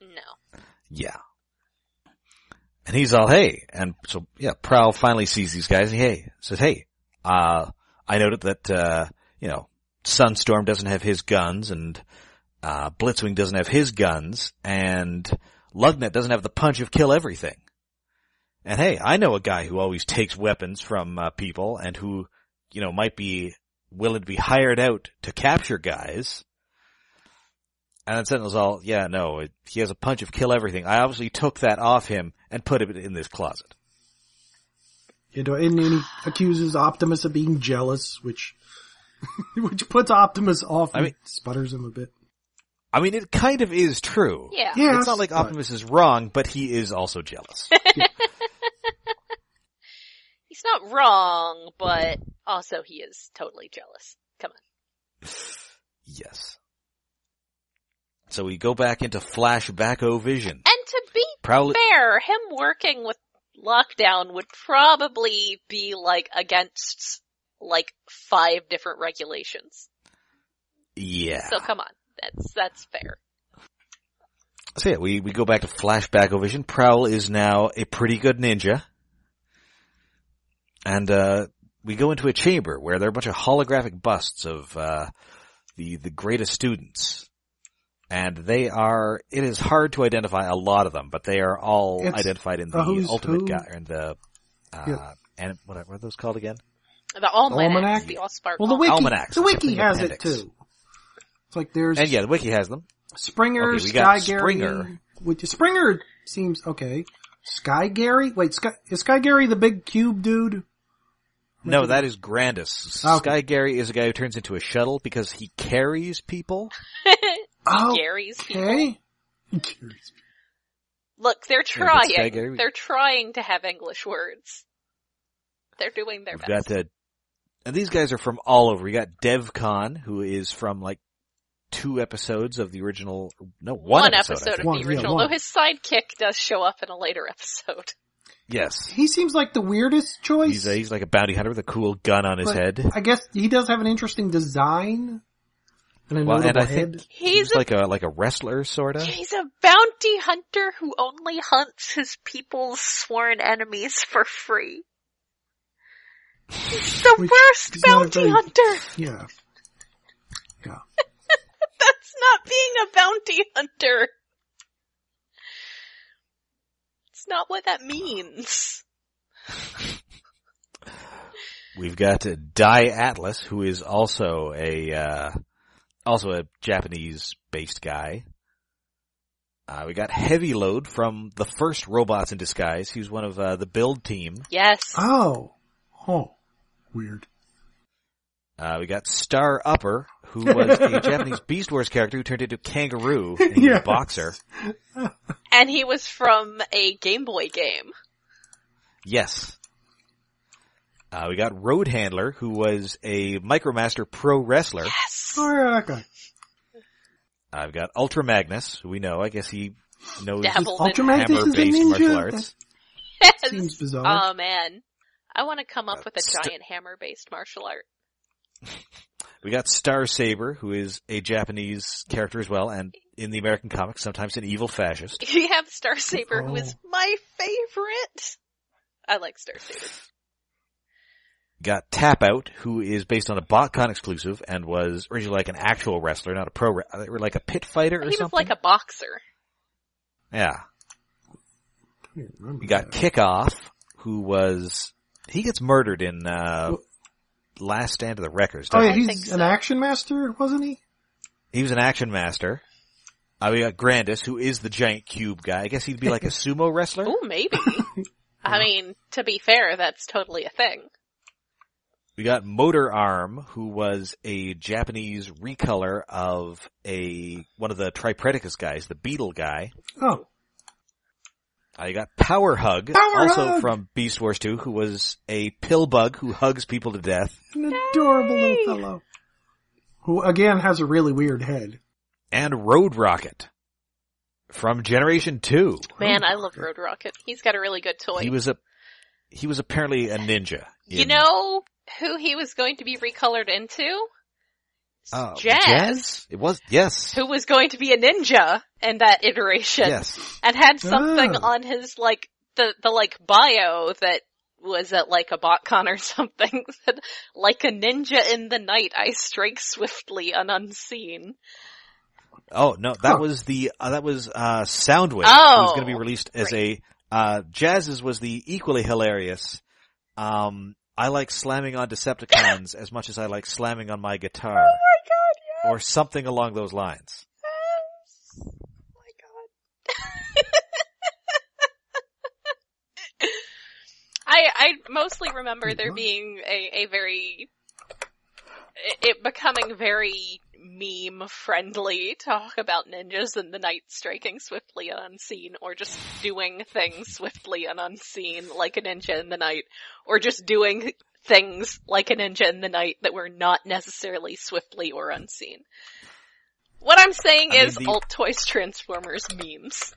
Speaker 2: No.
Speaker 1: Yeah. And he's all, hey, and so, yeah, Prowl finally sees these guys and hey, says, hey, uh, I noted that, uh, you know, Sunstorm doesn't have his guns and, uh, Blitzwing doesn't have his guns and Lugnet doesn't have the punch of kill everything. And hey, I know a guy who always takes weapons from, uh, people and who, you know, might be willing to be hired out to capture guys. And then Sentinel's all, yeah, no, it, he has a punch of kill everything. I obviously took that off him and put it in this closet.
Speaker 3: You know, and, and he accuses Optimus of being jealous, which, which puts Optimus off
Speaker 1: I
Speaker 3: and
Speaker 1: mean-
Speaker 3: sputters him a bit.
Speaker 1: I mean, it kind of is true.
Speaker 2: Yeah.
Speaker 3: Yeah,
Speaker 1: It's not like
Speaker 3: but-
Speaker 1: Optimus is wrong, but he is also jealous.
Speaker 2: He's not wrong, but also he is totally jealous. Come on.
Speaker 1: yes. So we go back into flashback o vision.
Speaker 2: And to be
Speaker 1: Probably
Speaker 2: fair, him working with lockdown would probably be like against like five different regulations.
Speaker 1: yeah.
Speaker 2: So come on. That's, that's fair.
Speaker 1: So yeah, we, we go back to flashback vision. Prowl is now a pretty good ninja. And uh we go into a chamber where there are a bunch of holographic busts of uh the the greatest students. And they are it is hard to identify a lot of them, but they are all
Speaker 3: It's
Speaker 1: identified in
Speaker 3: a
Speaker 1: the
Speaker 3: who's
Speaker 1: ultimate
Speaker 3: who.
Speaker 1: guy and the uh
Speaker 3: Yeah.
Speaker 1: and what are- what are those called again?
Speaker 2: The almanac,
Speaker 3: Almanac?
Speaker 2: the all spark.
Speaker 3: Well, the wiki,
Speaker 1: Almanacs
Speaker 3: the
Speaker 1: are
Speaker 3: wiki
Speaker 1: in the
Speaker 3: has
Speaker 1: appendix.
Speaker 3: it too. It's like there's
Speaker 1: And yeah, the wiki has them.
Speaker 3: Springer,
Speaker 1: Okay, we
Speaker 3: Sky
Speaker 1: got
Speaker 3: Gary.
Speaker 1: Springer.
Speaker 3: Which Springer seems okay. Sky Gary? Wait, Sky, is Sky Gary the big cube dude?
Speaker 1: No, that is Grandis.
Speaker 3: Ah, Okay.
Speaker 1: Sky Gary is a guy who turns into a shuttle because he carries people.
Speaker 3: Oh,
Speaker 2: Gary's people.
Speaker 3: okay. Gary's-
Speaker 2: Look, they're
Speaker 1: Yeah, but
Speaker 2: trying.
Speaker 1: Sky Gary-
Speaker 2: They're trying to have English words. They're doing their
Speaker 1: We've got
Speaker 2: best.
Speaker 1: the, and these guys are from all over. We got Dev Khan, who is from like two episodes of the original, no, one, episode. I
Speaker 2: of
Speaker 1: think.
Speaker 3: One,
Speaker 2: the
Speaker 3: yeah,
Speaker 2: original.
Speaker 3: one.
Speaker 2: Though his sidekick does show up in a later episode.
Speaker 1: Yes.
Speaker 3: He seems like the weirdest choice.
Speaker 1: He's, a, he's like a bounty hunter with a cool gun on his
Speaker 3: But
Speaker 1: head.
Speaker 3: I guess he does have an interesting design. And a
Speaker 1: Well, and
Speaker 3: notable
Speaker 1: I
Speaker 3: head.
Speaker 1: think-
Speaker 2: He's a
Speaker 1: like a, like a wrestler sorta.
Speaker 2: he's a bounty hunter who only hunts his people's sworn enemies for free. He's the
Speaker 3: Which
Speaker 2: worst
Speaker 3: is not a
Speaker 2: bounty
Speaker 3: very-
Speaker 2: hunter.
Speaker 3: Yeah. Yeah.
Speaker 2: That's not being a bounty hunter. It's not what that means.
Speaker 1: We've got uh, Dai Atlas, who is also a, uh, also a Japanese based guy. Uh, we got Heavy Load from the first Robots in Disguise. He was one of, uh, the build team.
Speaker 2: Yes.
Speaker 3: Oh. Oh. Weird.
Speaker 1: Uh, we got Star Upper, who was a Japanese Beast Wars character who turned into Kangaroo and he was
Speaker 3: Yes.
Speaker 1: a boxer.
Speaker 2: And he was from a Game Boy game.
Speaker 1: Yes. Uh, we got Road Handler, who was a Micromaster pro wrestler.
Speaker 2: Yes.
Speaker 3: Oh, yeah, that guy.
Speaker 1: I've got Ultra Magnus, who we know. I guess he knows
Speaker 2: Dabble. Well, then-
Speaker 3: Ultraman is a
Speaker 1: hammer-based martial
Speaker 3: ninja.
Speaker 1: arts.
Speaker 3: That seems bizarre.
Speaker 2: Oh man. I want to come up with a
Speaker 1: St-
Speaker 2: giant hammer based martial art.
Speaker 1: We got Star Saber, who is a Japanese character as well, and in the American comics, sometimes an evil fascist.
Speaker 2: You have Star Saber, who is
Speaker 3: Oh.
Speaker 2: my favorite. I like Star Saber.
Speaker 1: Got Tap Out, who is based on a BotCon exclusive and was originally like an actual wrestler, not a pro, re- or like a pit fighter or
Speaker 2: He was
Speaker 1: something.
Speaker 2: like a boxer.
Speaker 1: yeah.
Speaker 3: I can't remember
Speaker 1: We got
Speaker 3: that.
Speaker 1: Kickoff, who was he gets murdered in uh Last Stand of the Wreckers.
Speaker 3: Oh
Speaker 1: doesn't
Speaker 3: yeah,
Speaker 2: I think
Speaker 3: he's
Speaker 2: so.
Speaker 3: an action master, wasn't he?
Speaker 1: he? He was an action master. Uh, we got Grandis, who is the giant cube guy. I guess he'd be like a sumo wrestler.
Speaker 2: Ooh, maybe. I mean, to be fair, that's totally a thing.
Speaker 1: We got Motor Arm, who was a Japanese recolor of a one of the Tripredicus guys, the Beetle guy.
Speaker 3: Oh,
Speaker 1: Uh, you got Power Hug,
Speaker 3: Power
Speaker 1: also
Speaker 3: Hug!
Speaker 1: from Beast Wars 2, who was a pill bug who hugs people to death.
Speaker 3: an adorable
Speaker 2: Yay!
Speaker 3: little fellow. Who again has a really weird head.
Speaker 1: and Road Rocket from Generation Two.
Speaker 2: Man, I love Road Rocket. He's got a really good toy.
Speaker 1: He was a he was apparently a ninja.
Speaker 2: Oh, you
Speaker 1: in-
Speaker 2: know who he was going to be recolored into?
Speaker 1: Oh,
Speaker 2: Jazz.
Speaker 1: It was yes,
Speaker 2: Who was going to be a ninja in that iteration.
Speaker 1: yes,
Speaker 2: and had something
Speaker 3: Ah.
Speaker 2: on his like the the like bio that was at like a botcon or something that like a ninja in the night I strike swiftly and unseen.
Speaker 1: Oh no, that
Speaker 3: Huh.
Speaker 1: was the uh, that was uh, Soundwave.
Speaker 2: Oh,
Speaker 1: it was going to be released as a uh, Jazz's was the equally hilarious. Um, I like slamming on Decepticons as much as I like slamming on my guitar. Oh my god! Or something along those lines.
Speaker 2: Oh my god. I I mostly remember there being a, a very it- it becoming very meme friendly talk about ninjas in the night striking swiftly and unseen or just doing things swiftly and unseen like a ninja in the night or just doing things like a ninja in the night that were not necessarily swiftly or unseen. What I'm saying
Speaker 1: I mean,
Speaker 2: is
Speaker 1: the-
Speaker 2: alt toys transformers memes.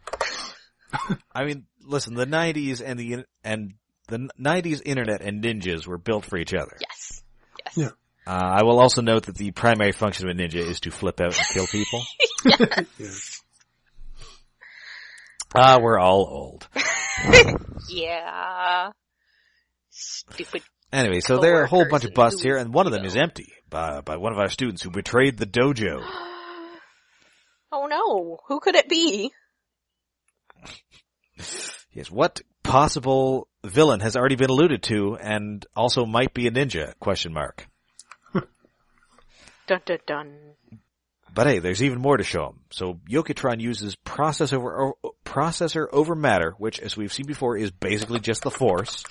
Speaker 1: I mean, listen, the '90s and the in- and the '90s internet and ninjas were built for each other.
Speaker 2: Yes. Yes.
Speaker 3: Yeah.
Speaker 1: Uh, I will also note that the primary function of a ninja is to flip out and kill people.
Speaker 3: Yeah.
Speaker 1: Ah, we're all old.
Speaker 2: Yeah. Stupid.
Speaker 1: Anyway, so there are a whole bunch of
Speaker 2: Coworkers
Speaker 1: busts
Speaker 2: and
Speaker 1: here, and one of them is empty by by one of our students who betrayed the dojo.
Speaker 2: Oh no. Who could it be?
Speaker 1: Yes, what possible villain has already been alluded to and also might be a ninja? Question mark.
Speaker 2: Dun dun dun.
Speaker 1: But hey, there's even more to show him. So Yokitron uses process over o- processor over matter, which, as we've seen before, is basically just the force.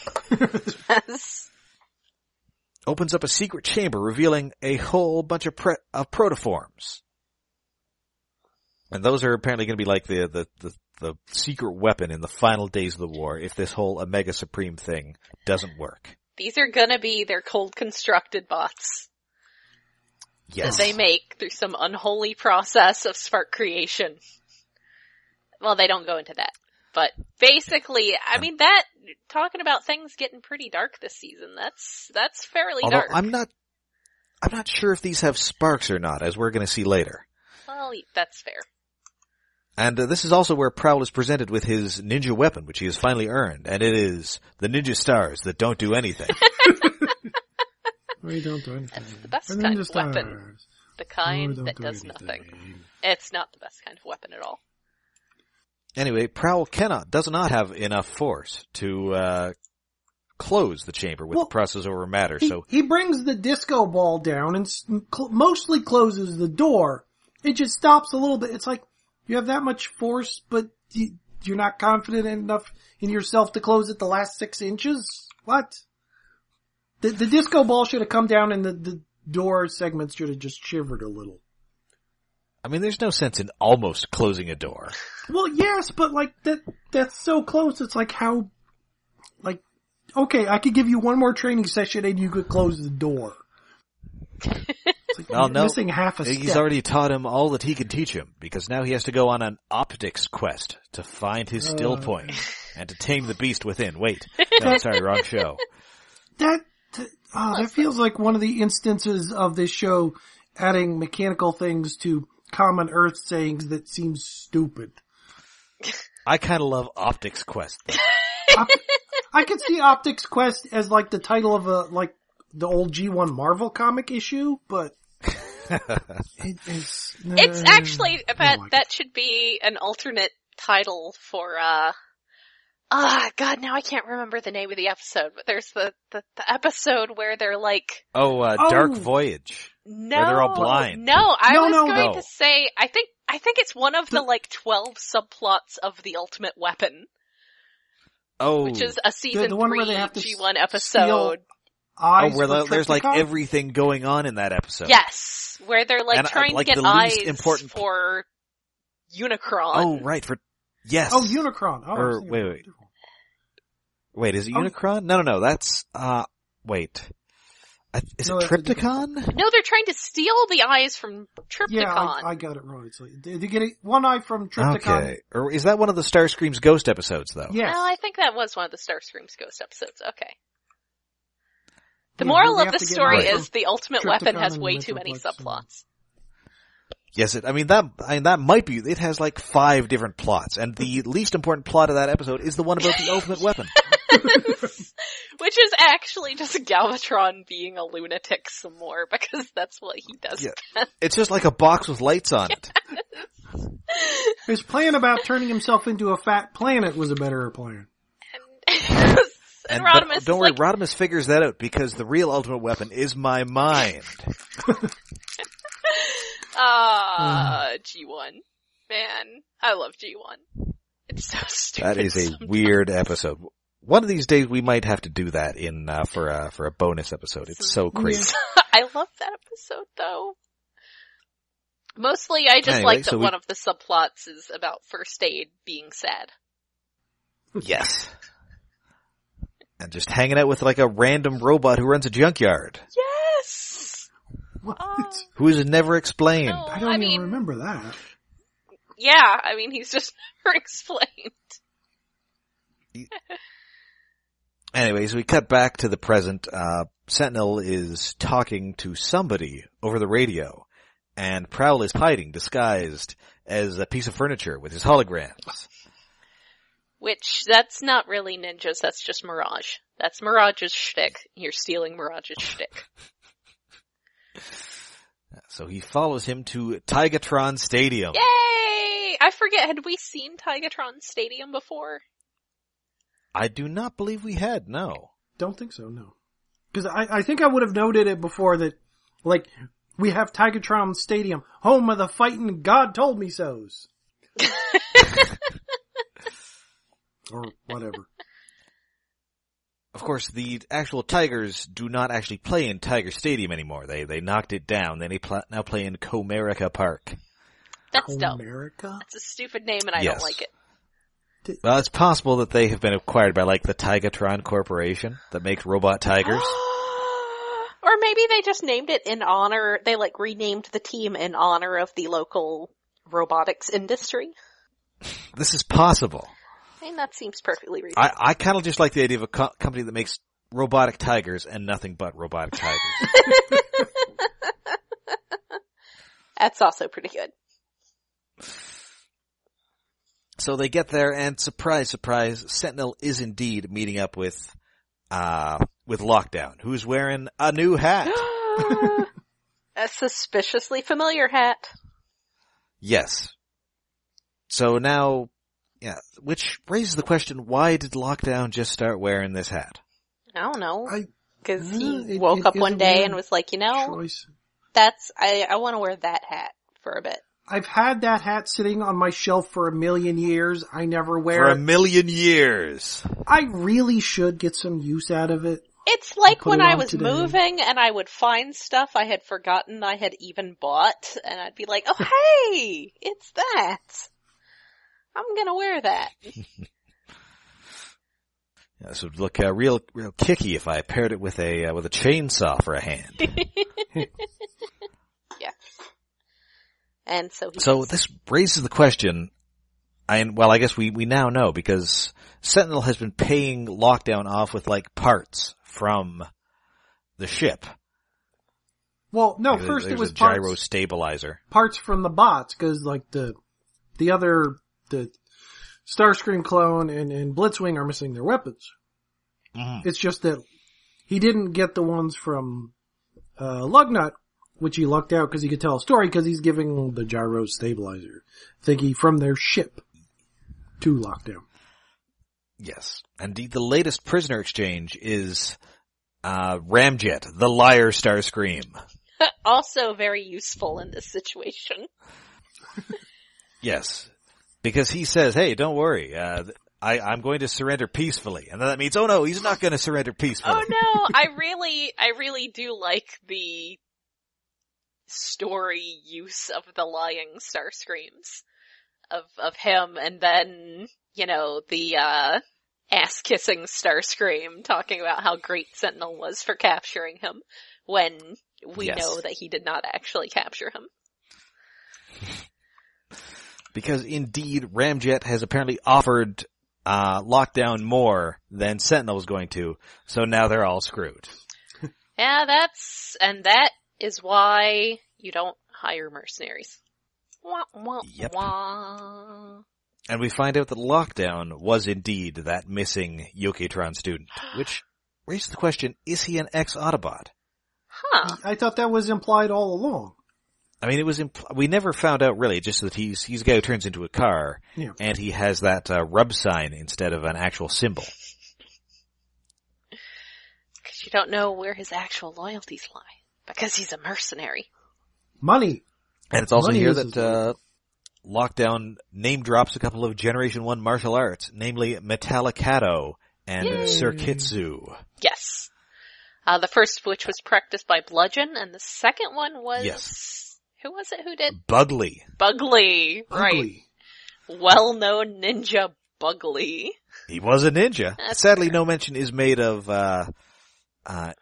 Speaker 2: Yes.
Speaker 1: Opens up a secret chamber, revealing a whole bunch of, pre- of protoforms, and those are apparently going to be like the, the the the secret weapon in the final days of the war. If this whole Omega Supreme thing doesn't work,
Speaker 2: These are gonna be their cold constructed bots that
Speaker 1: yes,
Speaker 2: they make through some unholy process of spark creation. Well, they don't go into that. But basically, I mean that, talking about things getting pretty dark this season, that's, that's fairly
Speaker 1: Although
Speaker 2: dark.
Speaker 1: I'm not, I'm not sure if these have sparks or not, as we're going to see later.
Speaker 2: Well, that's fair.
Speaker 1: And uh, this is also where Prowl is presented with his ninja weapon, which he has finally earned, and it is the ninja stars that don't do anything.
Speaker 3: We don't do anything.
Speaker 2: That's the best
Speaker 3: We're
Speaker 2: kind
Speaker 3: ninja
Speaker 2: of weapon.
Speaker 3: stars.
Speaker 2: The
Speaker 3: uh, We
Speaker 2: kind
Speaker 3: don't
Speaker 2: that
Speaker 3: do
Speaker 2: does
Speaker 3: anything.
Speaker 2: nothing. It's not the best kind of weapon at all.
Speaker 1: anyway, Prowl cannot, does not have enough force to, uh, close the chamber with
Speaker 3: Well,
Speaker 1: the process over matter,
Speaker 3: He,
Speaker 1: so
Speaker 3: he brings the disco ball down and s- cl- mostly closes the door. It just stops a little bit. It's like you have that much force, but you, you're not confident enough in yourself to close it the last six inches. What? The, the disco ball should have come down and the, the door segments should have just shivered a little.
Speaker 1: I mean, there's no sense in almost closing a door.
Speaker 3: Well, yes, but like that, that's so close. It's like how, like, okay, I could give you one more training session and you could close the door. It's like,
Speaker 1: Well,
Speaker 3: you're
Speaker 1: no.
Speaker 3: missing half a
Speaker 1: He's
Speaker 3: step.
Speaker 1: already taught him all that he can teach him, because now he has to go on an optics quest to find his still
Speaker 3: Uh.
Speaker 1: point and to tame the beast within. Wait, no, sorry, wrong show.
Speaker 3: that, th- oh, that feels like one of the instances of this show adding mechanical things to common earth sayings that seems stupid.
Speaker 1: I kind of love optics quest.
Speaker 3: Op- I could see Optics Quest as like the title of a, like, the old G1 Marvel comic issue, but it is,
Speaker 2: It's
Speaker 3: uh,
Speaker 2: actually that
Speaker 3: like
Speaker 2: that should be an alternate title for uh Ah, God, now I can't remember the name of the episode, but there's the, the, the episode where they're like,
Speaker 1: Oh, uh, Dark
Speaker 3: Oh.
Speaker 1: Voyage.
Speaker 2: no,
Speaker 1: they're all blind.
Speaker 2: no, I
Speaker 3: No,
Speaker 2: was
Speaker 3: no,
Speaker 2: going
Speaker 1: no.
Speaker 2: to say, I think, I think it's one of the like 12 subplots of The Ultimate Weapon,
Speaker 1: Oh,
Speaker 2: which is a season
Speaker 3: the one
Speaker 2: three
Speaker 3: where they have to
Speaker 2: G1 episode.
Speaker 1: oh,
Speaker 3: eyes
Speaker 1: where
Speaker 3: for
Speaker 1: the, there's like
Speaker 3: Triptychon?
Speaker 1: everything going on in that episode.
Speaker 2: Yes, where they're like
Speaker 1: And, uh,
Speaker 2: trying
Speaker 1: like,
Speaker 2: to
Speaker 1: the
Speaker 2: get eyes
Speaker 1: least important-
Speaker 2: for Unicron.
Speaker 1: Oh, right for yes.
Speaker 3: Oh, Unicron. Oh, I
Speaker 1: Or,
Speaker 3: was thinking
Speaker 1: wait,
Speaker 3: about
Speaker 1: wait.
Speaker 3: a different
Speaker 1: wait, is it
Speaker 3: Oh.
Speaker 1: Unicron? No, no, no. That's uh, wait. I, is
Speaker 3: No,
Speaker 1: it
Speaker 3: that's a different
Speaker 1: Tripticon?
Speaker 2: No, they're trying to steal the eyes from Triptychon.
Speaker 3: one. Yeah, I, I got it wrong. It's like they they get it- one eye from Triptychon.
Speaker 1: Okay, or is that one of the Starscream's ghost episodes though?
Speaker 3: Yes.
Speaker 2: No, I think that was one of the Starscream's ghost episodes. Okay. The
Speaker 3: Yeah,
Speaker 2: moral
Speaker 3: they
Speaker 2: of
Speaker 3: have
Speaker 2: the
Speaker 3: to get
Speaker 2: story
Speaker 1: eyes
Speaker 2: is the ultimate
Speaker 3: Triptychon
Speaker 2: weapon has
Speaker 3: and
Speaker 2: way too many
Speaker 3: Metroplex and-
Speaker 2: subplots.
Speaker 1: Yes, it, I mean that. I mean that might be. It has like five different plots, and the least important plot of that episode is the one about the ultimate weapon.
Speaker 2: Which is actually just Galvatron being a lunatic some more because that's what he does.
Speaker 1: Yeah. It's just like a box with lights on it.
Speaker 3: His plan about turning himself into a fat planet was a better plan.
Speaker 2: And, and
Speaker 1: but
Speaker 2: Rodimus is
Speaker 1: don't worry,
Speaker 2: like,
Speaker 1: Rodimus figures that out because the real ultimate weapon is my mind.
Speaker 2: ah,
Speaker 1: Mm.
Speaker 2: G1. Man, I love G1. It's so stupid.
Speaker 1: That is a weird episode. One of these days we might have to do that in uh, for uh, for a bonus episode. It's so crazy.
Speaker 2: I love that episode though. Mostly I just
Speaker 1: Anyway,
Speaker 2: like that
Speaker 1: so we-
Speaker 2: one of the subplots is about first aid being sad.
Speaker 1: Yes. And just hanging out with like a random robot who runs a junkyard,
Speaker 2: Yes!
Speaker 3: What?
Speaker 2: Oh.
Speaker 1: who is never explained.
Speaker 2: No,
Speaker 3: I don't
Speaker 2: I
Speaker 3: even
Speaker 2: mean,
Speaker 3: remember that.
Speaker 2: yeah, I mean he's just never explained.
Speaker 1: Anyways, we cut back to the present. Uh, Sentinel is talking to somebody over the radio, and Prowl is hiding, disguised as a piece of furniture with his holograms.
Speaker 2: Which, that's not really ninjas, that's just Mirage. That's Mirage's shtick. You're stealing Mirage's shtick.
Speaker 1: So he follows him to Tigatron Stadium.
Speaker 2: Yay! I forget, had we seen Tigatron Stadium before?
Speaker 1: I do not believe we had, no.
Speaker 3: Don't think so, no. Because I, I think I would have noted it before that, like, we have Tigatron Stadium, home of the fighting God told me so's. or whatever.
Speaker 1: Of course, the actual Tigers do not actually play in Tiger Stadium anymore. They they knocked it down. They pl- now play in Comerica Park.
Speaker 3: Oh,
Speaker 2: That's dumb.
Speaker 3: America?
Speaker 2: That's a stupid name and I
Speaker 1: Yes.
Speaker 2: don't like it.
Speaker 1: Well, it's possible that they have been acquired by like the Tigatron Corporation that makes robot tigers.
Speaker 2: or maybe they just named it in honor, they like renamed the team in honor of the local robotics industry.
Speaker 1: this is possible.
Speaker 2: I mean, that seems perfectly reasonable.
Speaker 1: I, I kind of just like the idea of a co- company that makes robotic tigers and nothing but robotic tigers.
Speaker 2: That's also pretty good.
Speaker 1: so they get there and surprise, surprise, Sentinel is indeed meeting up with, uh, with Lockdown, who's wearing a new hat.
Speaker 2: a suspiciously familiar hat.
Speaker 1: yes. So now, yeah, which raises the question, why did Lockdown just start wearing this hat?
Speaker 2: I don't know.
Speaker 3: I-
Speaker 2: Cause
Speaker 3: Mm,
Speaker 2: he
Speaker 3: it-
Speaker 2: woke
Speaker 3: it
Speaker 2: up
Speaker 3: is
Speaker 2: one
Speaker 3: a
Speaker 2: day
Speaker 3: weird
Speaker 2: and was like, you know,
Speaker 3: Choice.
Speaker 2: that's, I, I want to wear that hat for a bit.
Speaker 3: I've had that hat sitting on my shelf for a million years. I never
Speaker 1: For
Speaker 3: wear
Speaker 1: a
Speaker 3: it.
Speaker 1: million years.
Speaker 3: I really should get some use out of it.
Speaker 2: It's like
Speaker 3: put
Speaker 2: when
Speaker 3: it
Speaker 2: I
Speaker 3: on
Speaker 2: was
Speaker 3: today.
Speaker 2: moving and I would find stuff I had forgotten I had even bought and I'd be like, oh hey, it's that. I'm gonna wear that.
Speaker 1: Yeah, this would look uh, real, real kicky if I paired it with a uh, with a chainsaw for a hand.
Speaker 2: And so he
Speaker 1: so this raises the question, and well, I guess we we now know because Sentinel has been paying Lockdown off with like parts from the ship.
Speaker 3: Well, no,
Speaker 1: Like, there-
Speaker 3: first it
Speaker 1: there's
Speaker 3: was
Speaker 1: a gyro
Speaker 3: parts,
Speaker 1: stabilizer.
Speaker 3: parts from the bots, cause like the, the other, the Starscream clone and, and Blitzwing are missing their weapons. It's just that he didn't get the ones from, uh, Lugnut, which he lucked out cause he could tell a story cause he's giving the gyro stabilizer thingy from their ship to Lockdown.
Speaker 1: Yes, indeed. The latest prisoner exchange is uh, Ramjet, the liar Starscream.
Speaker 2: also very useful in this situation.
Speaker 1: Yes, because he says, "Hey, don't worry. Uh, th- I, I'm going to surrender peacefully," and then that means, "Oh no, he's not going to surrender peacefully."
Speaker 2: Oh no, I really, I really do like the story use of the lying star screams of, of him and then, you know, the, uh, ass kissing star scream talking about how great Sentinel was for capturing him when we
Speaker 1: Yes.
Speaker 2: know that he did not actually capture him.
Speaker 1: Because indeed, Ramjet has apparently offered uh, lockdown more than Sentinel was going to, so now they're all screwed.
Speaker 2: Yeah, that's, and that is why you don't hire mercenaries. Wah, wah,
Speaker 1: Yep.
Speaker 2: wah.
Speaker 1: And we find out that lockdown was indeed that missing Yoketron student, which raises the question: Is he an ex-Autobot?
Speaker 2: Huh.
Speaker 3: I thought that was implied all along.
Speaker 1: I mean, it was impl- we never found out really, just that he's he's a guy who turns into a car,
Speaker 3: Yeah.
Speaker 1: and he has that uh, rub sign instead of an actual symbol.
Speaker 2: Because you don't know where his actual loyalties lie. Because he's a mercenary.
Speaker 3: Money.
Speaker 1: And it's also
Speaker 3: Money
Speaker 1: here
Speaker 3: is
Speaker 1: that
Speaker 3: his
Speaker 1: uh, Lockdown name drops a couple of Generation 1 martial arts, namely Metallicado and
Speaker 2: Yay.
Speaker 1: Sirkitsu.
Speaker 2: Yes. Uh, the first of which was practiced by Bludgeon, and the second one was...
Speaker 1: Yes.
Speaker 2: Who was it who did?
Speaker 1: Budley.
Speaker 2: Bugly. Right.
Speaker 3: Ugly.
Speaker 2: Well-known ninja Bugly.
Speaker 1: He was a ninja.
Speaker 2: That's
Speaker 1: Sadly, no mention is made of, uh, uh,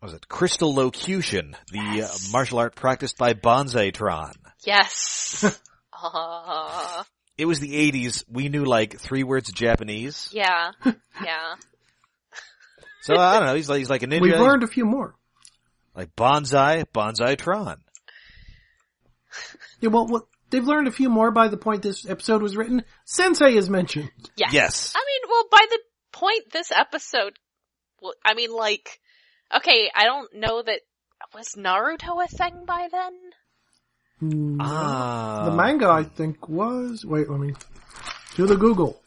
Speaker 1: what was it Crystal Locution, the
Speaker 2: Yes.
Speaker 1: uh, martial art practiced by Bonzaitron.
Speaker 2: Yes. Ah.
Speaker 1: it was the 80s. We knew like three words of Japanese.
Speaker 2: Yeah. Yeah.
Speaker 1: So I don't know. He's like, he's like a ninja.
Speaker 3: We've learned a few more.
Speaker 1: Like Bonsai, Bonsai Tron.
Speaker 3: Yeah, well, what, they've learned a few more by the point this episode was written. Sensei is mentioned.
Speaker 2: Yes.
Speaker 1: Yes.
Speaker 2: I mean, well, by the point this episode, well, I mean, like, okay, I don't know that was Naruto a thing by then.
Speaker 3: Hmm,
Speaker 1: Ah.
Speaker 3: the manga, I think, was, wait, let me do the Google.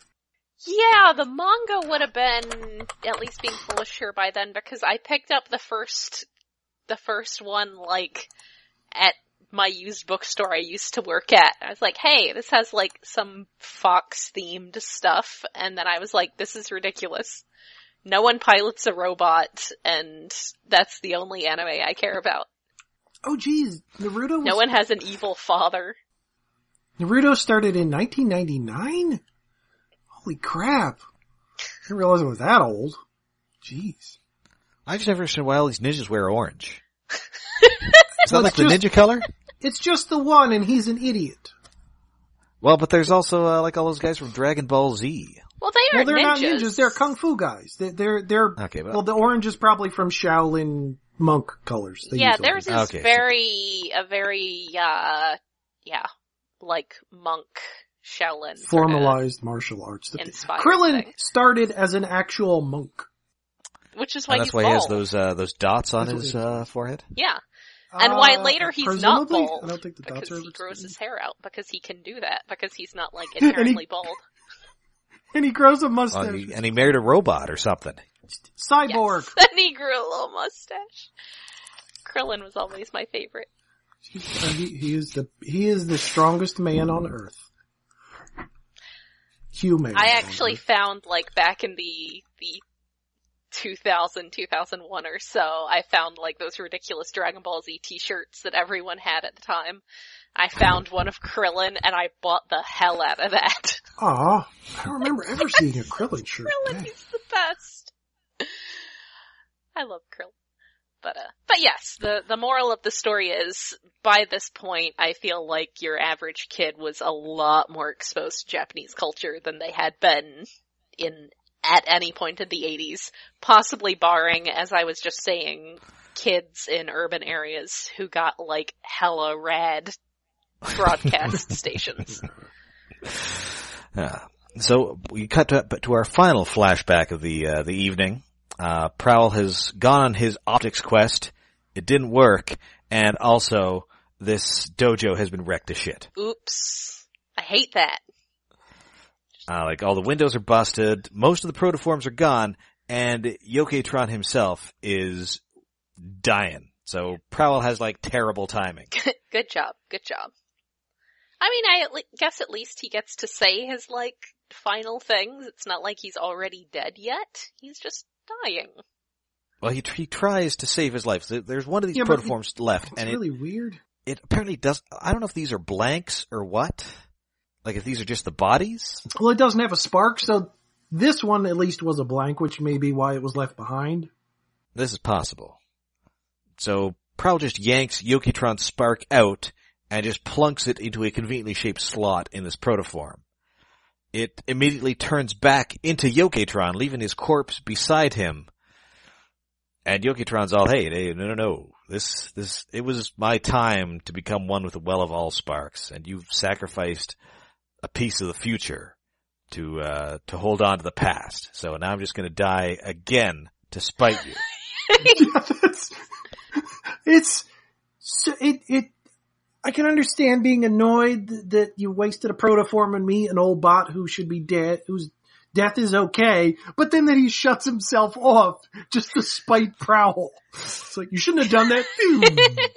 Speaker 2: Yeah, the manga would have been at least being published here by then because I picked up the first, the first one like at my used bookstore I used to work at. I was like, hey, this has like some Fox themed stuff. And then I was like, this is ridiculous. No one pilots a robot and that's the only anime I care about.
Speaker 3: Oh geez, Naruto was,
Speaker 2: No one has an evil father.
Speaker 3: Naruto started in 1999? Holy crap. I didn't realize it was that old. Jeez.
Speaker 1: I just never understood why all these ninjas wear orange. Is that
Speaker 3: Well,
Speaker 1: like
Speaker 3: it's
Speaker 1: the
Speaker 3: just-
Speaker 1: ninja color?
Speaker 3: It's just the one and he's an idiot.
Speaker 1: Well, but there's also uh, like all those guys from Dragon Ball Z.
Speaker 2: Well, they
Speaker 3: Well,
Speaker 2: are
Speaker 3: they're not ninjas. They're kung fu guys. They're they're, they're
Speaker 1: Okay, well-
Speaker 3: well, the orange is probably from Shaolin monk colors. They
Speaker 2: yeah,
Speaker 3: use
Speaker 2: theirs is
Speaker 3: orange.
Speaker 1: Okay, so-
Speaker 2: very a very uh yeah, like monk Shaolin
Speaker 3: uh,
Speaker 2: sorta.
Speaker 3: formalized martial arts. that they-
Speaker 2: Inspired
Speaker 3: Krillin
Speaker 2: thing.
Speaker 3: started as an actual monk.
Speaker 2: which is why
Speaker 1: And Oh, that's
Speaker 2: he's
Speaker 1: why
Speaker 2: bald.
Speaker 1: he has those uh, those dots on
Speaker 3: That's
Speaker 1: his
Speaker 3: what
Speaker 1: uh, forehead.
Speaker 2: Yeah, and why later he's not
Speaker 3: Uh, presumably?
Speaker 2: bald
Speaker 3: I don't think the dots
Speaker 2: because
Speaker 3: are
Speaker 2: he
Speaker 3: ever
Speaker 2: grows
Speaker 3: explained.
Speaker 2: his hair out because he can do that because he's not like
Speaker 3: he-
Speaker 2: inherently bald.
Speaker 3: and he grows a
Speaker 1: Well,
Speaker 3: mustache.
Speaker 1: and, he, and he married a robot or something.
Speaker 3: Cyborg.
Speaker 2: Yes. and he grew a little mustache. Krillin was always my favorite.
Speaker 3: And he, he is the he is the strongest man on earth. Human.
Speaker 2: I actually found like back in the the 2000 2001 or so, I found like those ridiculous Dragon Ball Z t-shirts that everyone had at the time. I found one of Krillin and I bought the hell out of that.
Speaker 3: Aw, I don't remember ever seeing a Krillin shirt.
Speaker 2: Krillin,
Speaker 3: Dang.
Speaker 2: he's the best. I love Krillin. But uh, but yes, the the moral of the story is by this point, I feel like your average kid was a lot more exposed to Japanese culture than they had been in at any point in the 80s, possibly barring as I was just saying kids in urban areas who got like hella rad broadcast stations.
Speaker 1: Uh, so we cut to, to our final flashback of the uh, the evening. Uh, Prowl has gone on his optics quest. It didn't work, and also this dojo has been wrecked to shit.
Speaker 2: Oops. I hate that.
Speaker 1: Uh, like all the windows are busted, most of the protoforms are gone, and Yoketron himself is dying. So Prowl has like terrible timing.
Speaker 2: good job. Good job. I mean, I at le- guess at least he gets to say his like final things. It's not like he's already dead yet. He's just dying.
Speaker 1: Well, he, he tries to save his life. So There's one of these
Speaker 3: Yeah, but
Speaker 1: protoforms left,
Speaker 3: It's
Speaker 1: and it
Speaker 3: really weird.
Speaker 1: it apparently does. I don't know if these are blanks or what. Like if these are just the bodies.
Speaker 3: Well, it doesn't have a spark, so this one at least was a blank, which may be why it was left behind.
Speaker 1: This is possible. So Prowl just yanks Yokitron's spark out and just plunks it into a conveniently shaped slot in this protoform. It immediately turns back into Yokitron, leaving his corpse beside him. And Yokitron's all, hey, hey, no, no, no. This, this, it was my time to become one with the well of all sparks, and you've sacrificed a piece of the future to, uh, to hold on to the past. So now I'm just gonna die again to spite you.
Speaker 3: Yeah, that's- it's so it it. I can understand being annoyed that you wasted a protoform on me, an old bot who should be dead, whose death is okay, but then that he shuts himself off just to spite Prowl. It's like you shouldn't have done that.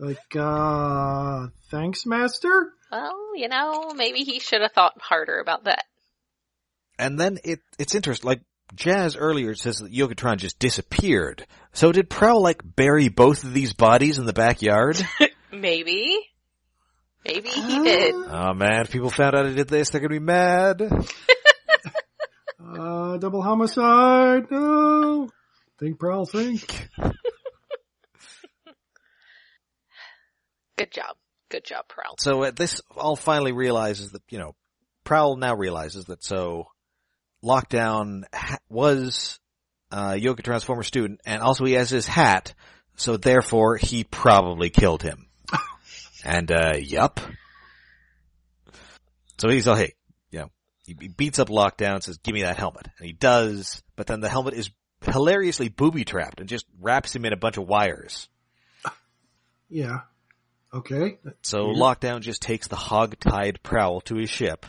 Speaker 3: like, uh, thanks, Master.
Speaker 2: Well, you know, maybe he should have thought harder about that.
Speaker 1: And then it it's interesting. Like Jazz earlier says that Yokotron just disappeared. So did Prowl like bury both of these bodies in the backyard?
Speaker 2: Maybe. Maybe
Speaker 3: Uh.
Speaker 2: he did.
Speaker 1: oh man, if people found out I did this, they're gonna be mad.
Speaker 3: Uh, double homicide. No. Think, Prowl. Think.
Speaker 2: Good job. Good job, Prowl.
Speaker 1: So uh, this all finally realizes that, you know, Prowl now realizes that so Lockdown ha- was uh, Yoga Transformer student and also he has his hat, so therefore he probably killed him. and, uh, yup. So he's like, hey, you know, he he beats up Lockdown and says, give me that helmet. And he does, but then the helmet is hilariously booby trapped and just wraps him in a bunch of wires.
Speaker 3: Yeah. Okay.
Speaker 1: So
Speaker 3: Mhm.
Speaker 1: Lockdown just takes the hog-tied prowl to his ship,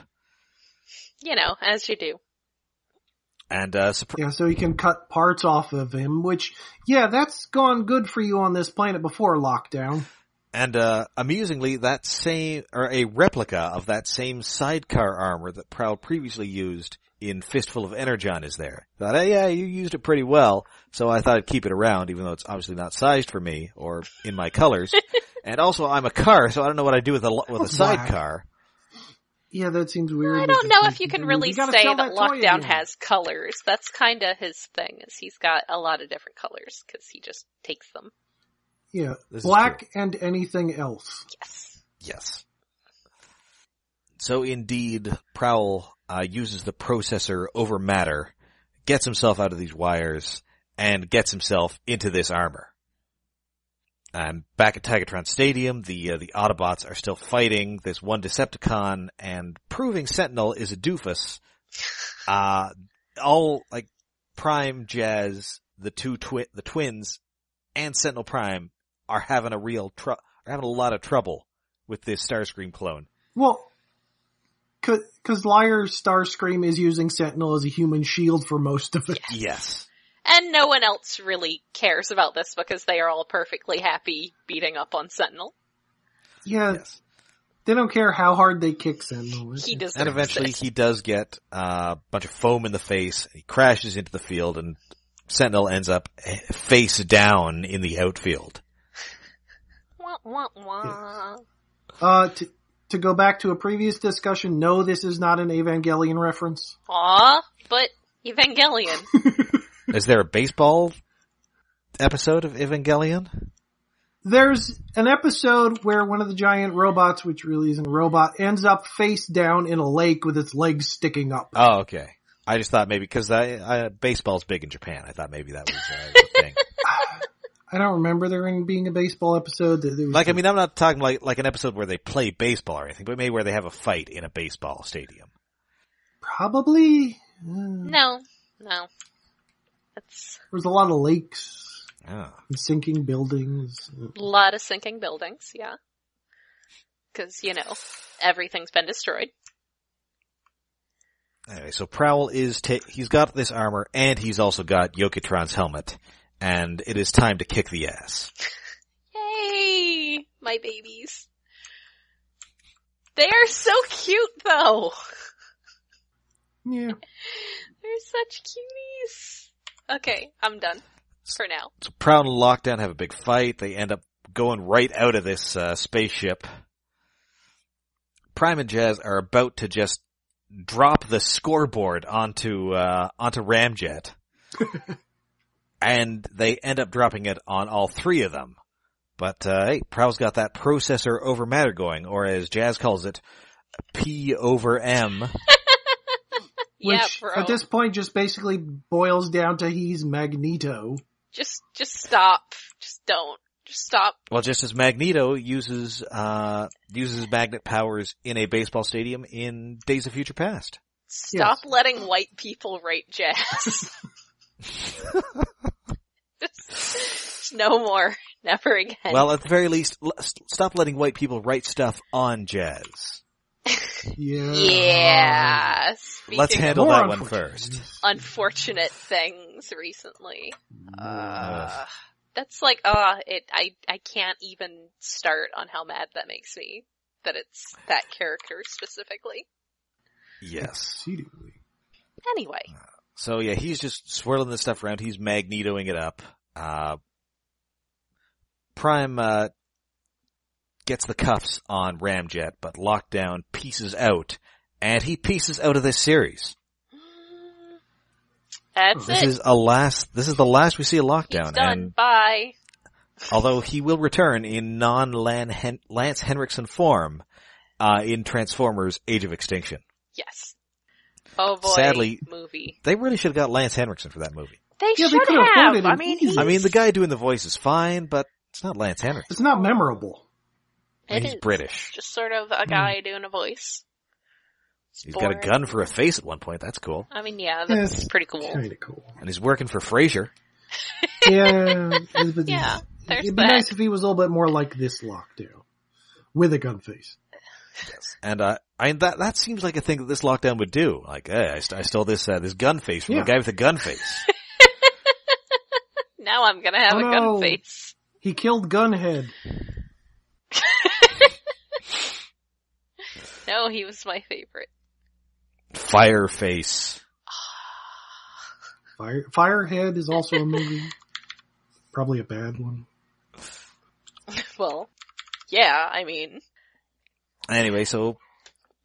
Speaker 2: You know, as you do.
Speaker 1: and uh, surpr-
Speaker 3: Yeah, so you can cut parts off of him, which, yeah, that's gone good for you on this planet before lockdown.
Speaker 1: and uh, amusingly, that same or a replica of that same sidecar armor that Prowl previously used in Fistful of Energon is there. Thought, hey, yeah, you used it pretty well, so I thought I'd keep it around, even though it's obviously not sized for me or in my colors. and also, I'm a car, so I don't know what I do with a lo- with a
Speaker 3: Why?
Speaker 1: sidecar.
Speaker 3: Yeah, that seems weird.
Speaker 2: I
Speaker 3: that
Speaker 2: don't
Speaker 3: they
Speaker 2: know
Speaker 3: can't
Speaker 2: if you can
Speaker 3: do-
Speaker 2: really
Speaker 3: You
Speaker 2: say
Speaker 3: gotta sell
Speaker 2: that
Speaker 3: that toy
Speaker 2: Lockdown
Speaker 3: again.
Speaker 2: has colors. That's kind of his thing, is he's got a lot of different colors because he just takes them.
Speaker 3: Yeah,
Speaker 1: This is
Speaker 3: black and anything else.
Speaker 2: Yes.
Speaker 1: Yes. So indeed, Prowl uh, uses the processor over matter, gets himself out of these wires, and gets himself into this armor. And back at Tigatron Stadium, the uh, the Autobots are still fighting this one Decepticon, and proving Sentinel is a doofus. Uh, all like Prime, Jazz, the two twi- the twins, and Sentinel Prime are having a real tr- are having a lot of trouble with this Starscream clone.
Speaker 3: Well, because Liar Starscream is using Sentinel as a human shield for most of it.
Speaker 1: Yes.
Speaker 2: And no one else really cares about this because they are all perfectly happy beating up on Sentinel.
Speaker 3: Yeah,
Speaker 1: Yes.
Speaker 3: they don't care how hard they kick Sentinel.
Speaker 2: He does.
Speaker 1: And eventually he does get uh, a bunch of foam in the face. He crashes into the field and Sentinel ends up eh, face down in the outfield.
Speaker 2: Wah, wah, wah.
Speaker 3: Uh, to, to go back to a previous discussion, no, this is not an Evangelion reference.
Speaker 2: Aw, but Evangelion.
Speaker 1: Is there a baseball episode of Evangelion?
Speaker 3: There's an episode where one of the giant robots, which really isn't a robot, ends up face down in a lake with its legs sticking up.
Speaker 1: Oh, okay. I just thought maybe because I, I, baseball's big in Japan. I thought maybe that was uh, the thing.
Speaker 3: I don't remember there being a baseball episode. That there was
Speaker 1: Like, I mean, I'm not talking like like an episode where they play baseball or anything, but maybe where they have a fight in a baseball stadium.
Speaker 3: probably uh,
Speaker 2: no, no. That's
Speaker 3: there's a lot of lakes
Speaker 1: Ah.
Speaker 3: and sinking buildings.
Speaker 2: a lot of sinking buildings, yeah. Cause, you know, everything's been destroyed.
Speaker 1: Anyway, so Prowl is ta- he's got this armor and he's also got Yokitron's helmet, and it is time to kick the ass.
Speaker 2: Yay! My babies. They are so cute though!
Speaker 3: Yeah,
Speaker 2: They're such cuties! Okay, I'm done. For now.
Speaker 1: So Prowl and Lockdown have a big fight. They end up going right out of this uh, spaceship. Prime and Jazz are about to just drop the scoreboard onto uh, onto Ramjet, and they end up dropping it on all three of them. But uh, hey, Prowl's got that processor over matter going, or as Jazz calls it, P over M.
Speaker 2: yeah,
Speaker 3: which
Speaker 2: bro.
Speaker 3: at this point just basically boils down to he's Magneto.
Speaker 2: Just, just stop. Just don't. Just stop.
Speaker 1: Well, just as Magneto uses uh uses magnet powers in a baseball stadium in Days of Future Past.
Speaker 2: Stop letting white people write jazz. Just- no more. Never again.
Speaker 1: Well, at the very least, l- st- stop letting white people write stuff on jazz.
Speaker 3: Yeah.
Speaker 2: yeah. Speaking
Speaker 1: Let's
Speaker 2: of
Speaker 1: handle
Speaker 3: More
Speaker 1: that one
Speaker 3: unfortunate.
Speaker 1: first.
Speaker 2: unfortunate things recently.
Speaker 1: Mm.
Speaker 2: Uh, that's like, ah, it, I, I can't even start on how mad that makes me. That it's that character specifically.
Speaker 1: Yes.
Speaker 3: Exceedingly.
Speaker 2: Anyway.
Speaker 1: So yeah, he's just swirling this stuff around. He's magnetoing it up. Uh, Prime uh, gets the cuffs on Ramjet, but Lockdown pieces out, and he pieces out of this series.
Speaker 2: That's
Speaker 1: This
Speaker 2: it.
Speaker 1: Oh, is a last. This is the last we see of
Speaker 2: He's
Speaker 1: Lockdown,
Speaker 2: done.
Speaker 1: and
Speaker 2: Bye.
Speaker 1: Although he will return in non Lance Henriksen form uh, in Transformers: Age of Extinction.
Speaker 2: Yes. Oh boy.
Speaker 1: Sadly-
Speaker 2: movie.
Speaker 1: They really should have got Lance Henriksen for that movie.
Speaker 2: They
Speaker 3: Yeah, they
Speaker 2: should
Speaker 3: could've
Speaker 2: have.
Speaker 3: afforded
Speaker 2: I
Speaker 3: it
Speaker 2: mean,
Speaker 3: easy.
Speaker 2: he's,
Speaker 1: I mean, the guy doing the voice is fine, but it's not Lance Henriksen.
Speaker 3: It's not memorable.
Speaker 1: I mean,
Speaker 2: it
Speaker 1: he's
Speaker 2: is
Speaker 1: British.
Speaker 2: Just sort of a guy doing a voice. It's
Speaker 1: Hmm. He's got a
Speaker 2: boring.
Speaker 1: gun for a face at one point. That's cool.
Speaker 2: I mean, yeah, that's
Speaker 3: Yes.
Speaker 2: pretty cool.
Speaker 3: Kind of cool.
Speaker 1: And he's working for Frasier.
Speaker 3: Yeah, it- but
Speaker 2: Yeah, there's
Speaker 3: it'd be
Speaker 2: that.
Speaker 3: nice if he was a little bit more like this lockdown with a gun face.
Speaker 1: And uh, I that that seems like a thing that this lockdown would do. Like, hey, I, st- I stole this uh, this gun face from
Speaker 3: Yeah.
Speaker 1: the guy with the gun face.
Speaker 2: Now I'm gonna have
Speaker 3: Oh,
Speaker 2: a gun
Speaker 3: no.
Speaker 2: face.
Speaker 3: He killed Gunhead.
Speaker 2: No, he was my favorite.
Speaker 1: Fire face.
Speaker 3: Fire Firehead is also a movie. Probably a bad one.
Speaker 2: Well, yeah, I mean,
Speaker 1: Anyway, so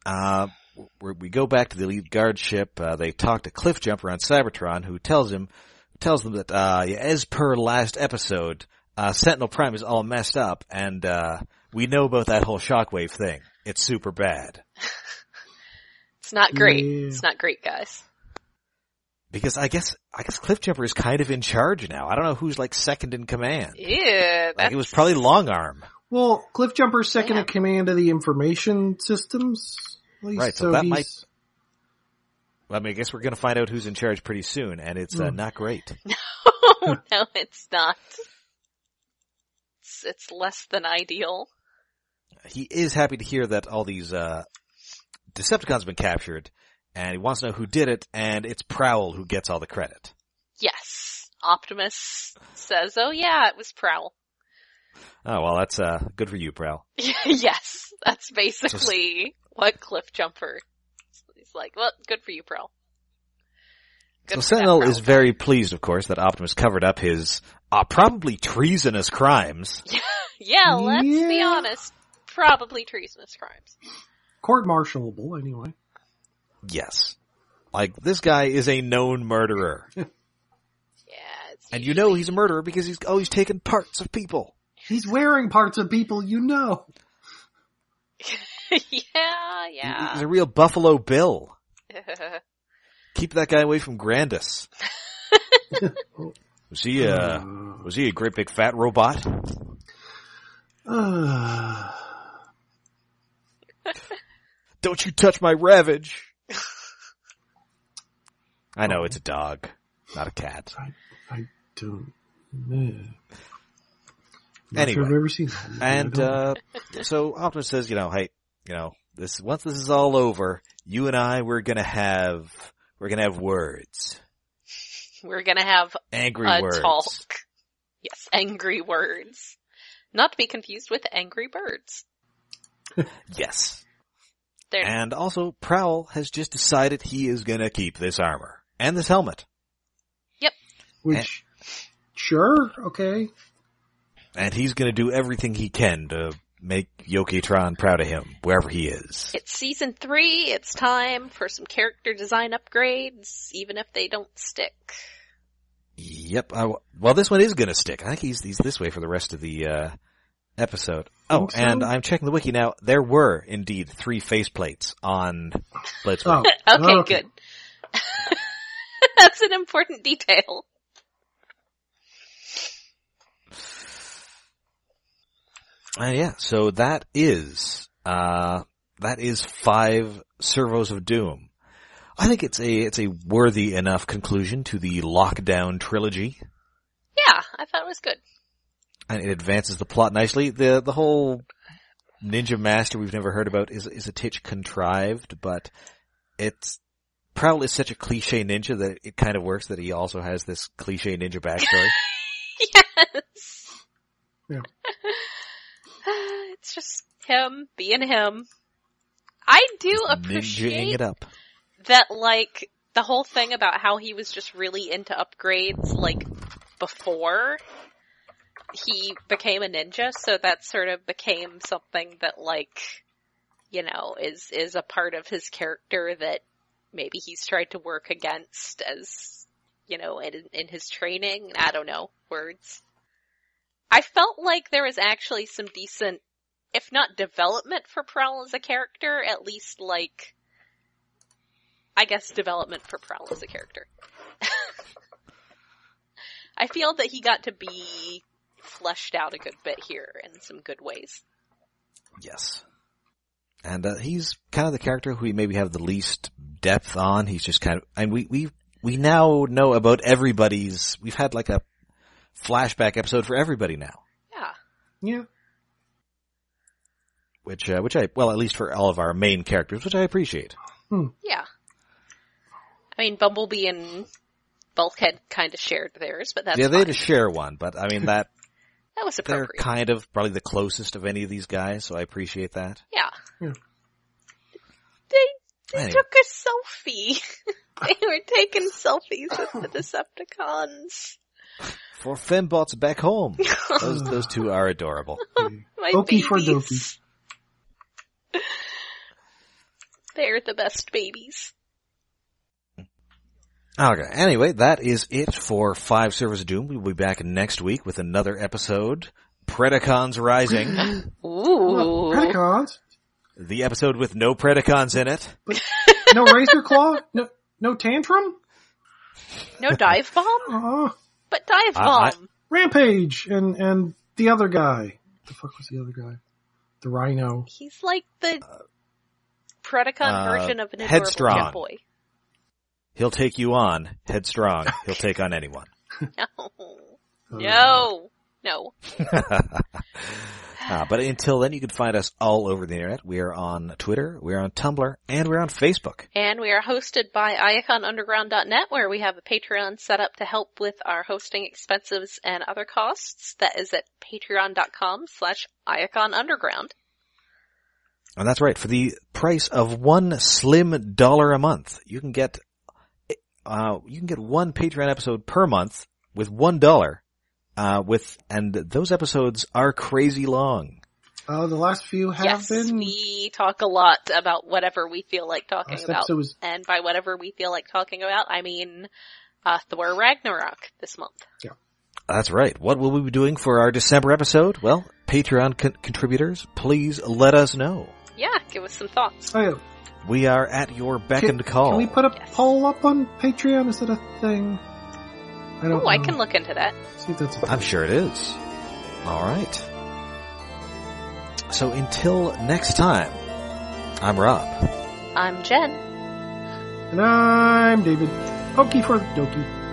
Speaker 1: uh, we we go back to the lead guard ship. Uh, they talk to Cliffjumper on Cybertron, who tells him tells them that uh, yeah, as per last episode, uh, Sentinel Prime is all messed up, and uh, we know about that whole shockwave thing. It's super bad
Speaker 2: it's not great.
Speaker 3: Yeah.
Speaker 2: It's not great, guys.
Speaker 1: because I guess I guess Cliffjumper is kind of in charge now. I don't know who's like second in command.
Speaker 2: Yeah,
Speaker 1: Like
Speaker 2: that's
Speaker 1: it was probably Long Arm.
Speaker 3: Well, Cliffjumper's second
Speaker 2: Yeah.
Speaker 3: in command of the information systems. at least,
Speaker 1: Right, so that
Speaker 3: he's-
Speaker 1: might- I mean, I guess we're going to find out who's in charge pretty soon, and it's uh,
Speaker 3: Hmm.
Speaker 1: not great.
Speaker 2: oh, no, it's not. It's, it's less than ideal.
Speaker 1: He is happy to hear that all these uh, Decepticons have been captured, and he wants to know who did it, and it's Prowl who gets all the credit.
Speaker 2: Yes. Optimus says, oh yeah, it was Prowl.
Speaker 1: Oh well, that's uh, good for you, Prowl.
Speaker 2: yes. That's basically what Cliff Jumper He's like, well, good for you, Prowl. Good
Speaker 1: so
Speaker 2: for
Speaker 1: Sentinel
Speaker 2: that,
Speaker 1: is very pleased, of course, that Optimus covered up his uh, probably treasonous crimes.
Speaker 2: Prowl. Yeah, let's be
Speaker 3: Yeah.
Speaker 2: honest. Probably treasonous crimes.
Speaker 3: court-martialable anyway.
Speaker 1: Yes, like this guy is a known murderer,
Speaker 2: Yeah. It's
Speaker 1: and you
Speaker 2: usually-
Speaker 1: know he's a murderer because he's always taken parts of people.
Speaker 3: He's wearing parts of people you know.
Speaker 2: yeah,
Speaker 1: He-
Speaker 2: yeah.
Speaker 1: He's a real Buffalo Bill. Keep that guy away from Grandis. was he uh was he a great big fat robot?
Speaker 3: Uh,
Speaker 1: Don't you touch my Ravage. I know it's a dog, not a cat.
Speaker 3: I don't. know. Not
Speaker 1: Anyway.
Speaker 3: sure I've ever seen that. I
Speaker 1: And
Speaker 3: don't-
Speaker 1: uh so Optimus says, you know, hey, you know, this once this is all over, you and I we're going to have we're going to have words.
Speaker 2: We're gonna have
Speaker 1: Angry
Speaker 2: a
Speaker 1: words.
Speaker 2: talk. Yes, angry words. Not to be confused with angry birds.
Speaker 1: Yes.
Speaker 2: They're
Speaker 1: And also Prowl has just decided he is going to keep this armor and this helmet.
Speaker 3: which,
Speaker 1: eh.
Speaker 3: sure, okay.
Speaker 1: and he's going to do everything he can to make Yokitron proud of him wherever he is.
Speaker 2: It's season three. It's time for some character design upgrades, even if they don't stick.
Speaker 1: Yep. I w well, this one is going to stick. I think he's he's this way for the rest of the uh, episode. Oh,
Speaker 3: Think so?
Speaker 1: and I'm checking the wiki now. There were indeed three faceplates on Blitzwing.
Speaker 3: Oh,
Speaker 2: Okay, good. That's an important detail.
Speaker 1: Uh, yeah. So that is uh that is five servos of doom. I think it's a it's a worthy enough conclusion to the lockdown trilogy.
Speaker 2: Yeah, I thought it was good.
Speaker 1: and it advances the plot nicely. The the whole ninja master we've never heard about is is a titch contrived, but it's Prowl is such a cliche ninja that it kind of works that he also has this cliche ninja backstory.
Speaker 2: Yes.
Speaker 3: Yeah.
Speaker 2: it's just him being him. I do
Speaker 1: Ninjaing
Speaker 2: appreciate
Speaker 1: it up.
Speaker 2: that like the whole thing about how he was just really into upgrades like before he became a ninja so that sort of became something that like you know is is a part of his character that maybe he's tried to work against as you know in in his training i don't know words I felt like there was actually some decent, if not development for Prowl as a character, at least like, I guess development for Prowl as a character. I feel that he got to be fleshed out a good bit here in some good ways.
Speaker 1: Yes. And uh, he's kind of the character who we maybe have the least depth on. He's just kind of, and we, we, we now know about everybody's, we've had like a flashback episode for everybody now.
Speaker 2: Yeah.
Speaker 3: Yeah.
Speaker 1: Which, uh, which I, well, at least for all of our main characters, which I appreciate.
Speaker 2: Yeah. I mean, Bumblebee and Bulkhead kind of shared theirs, but that's
Speaker 1: yeah, they had
Speaker 2: fine.
Speaker 1: to share one, but I mean that,
Speaker 2: that was
Speaker 1: they're
Speaker 2: appropriate.
Speaker 1: kind of probably the closest of any of these guys, so I appreciate that.
Speaker 2: Yeah.
Speaker 3: Yeah.
Speaker 2: They, they
Speaker 1: Anyway.
Speaker 2: took a selfie. they were taking selfies with the Decepticons.
Speaker 1: For Fembots back home. Those, those two are adorable.
Speaker 2: My
Speaker 3: Okie for
Speaker 2: babies. They're the best babies.
Speaker 1: Okay. Anyway, that is it for Five Servers of Doom. We'll be back next week with another episode. Predacons Rising.
Speaker 2: Ooh.
Speaker 3: Predacons.
Speaker 1: the episode with no Predacons in it.
Speaker 3: No razor claw. No, no tantrum.
Speaker 2: No dive bomb?
Speaker 3: Uh,
Speaker 2: But dive
Speaker 1: I- I-
Speaker 2: bomb.
Speaker 3: rampage and and the other guy. The fuck was the other guy? The rhino.
Speaker 2: He's like the Predacon
Speaker 1: uh,
Speaker 2: version of an adorable
Speaker 1: headstrong.
Speaker 2: cat boy.
Speaker 1: He'll take you on, headstrong. He'll take on anyone.
Speaker 2: No.
Speaker 3: Uh,
Speaker 2: No. No.
Speaker 1: Uh, but until then, you can find us all over the internet. We are on Twitter, we're on Tumblr, and we're on Facebook.
Speaker 2: And we are hosted by iaconunderground.net where we have a Patreon set up to help with our hosting expenses and other costs. That is at patreon.com slash iaconunderground.
Speaker 1: And that's right. For the price of one slim dollar a month, you can get, uh, you can get one Patreon episode per month with one dollar, uh, with, and those episodes are crazy long.
Speaker 3: Uh, the last few have
Speaker 2: Yes,
Speaker 3: been.
Speaker 2: we talk a lot about whatever we feel like talking
Speaker 3: last
Speaker 2: about.
Speaker 3: episode was
Speaker 2: And by whatever we feel like talking about, I mean uh, Thor Ragnarok this month.
Speaker 1: That's right. What will we be doing for our December episode? Well, Patreon con- contributors, please let us know.
Speaker 2: Yeah, give us some thoughts.
Speaker 3: Oh, yeah.
Speaker 1: We are at your beck
Speaker 3: Can-
Speaker 1: and call.
Speaker 3: Can we put a
Speaker 2: Yes.
Speaker 3: poll up on Patreon? Is that a thing? I don't.
Speaker 2: Oh, I
Speaker 3: know.
Speaker 2: can look into that.
Speaker 3: See if that's a thing.
Speaker 1: I'm sure it is. All right. So until next time, I'm Rob.
Speaker 2: I'm Jen.
Speaker 3: And I'm David. Okie for dokie.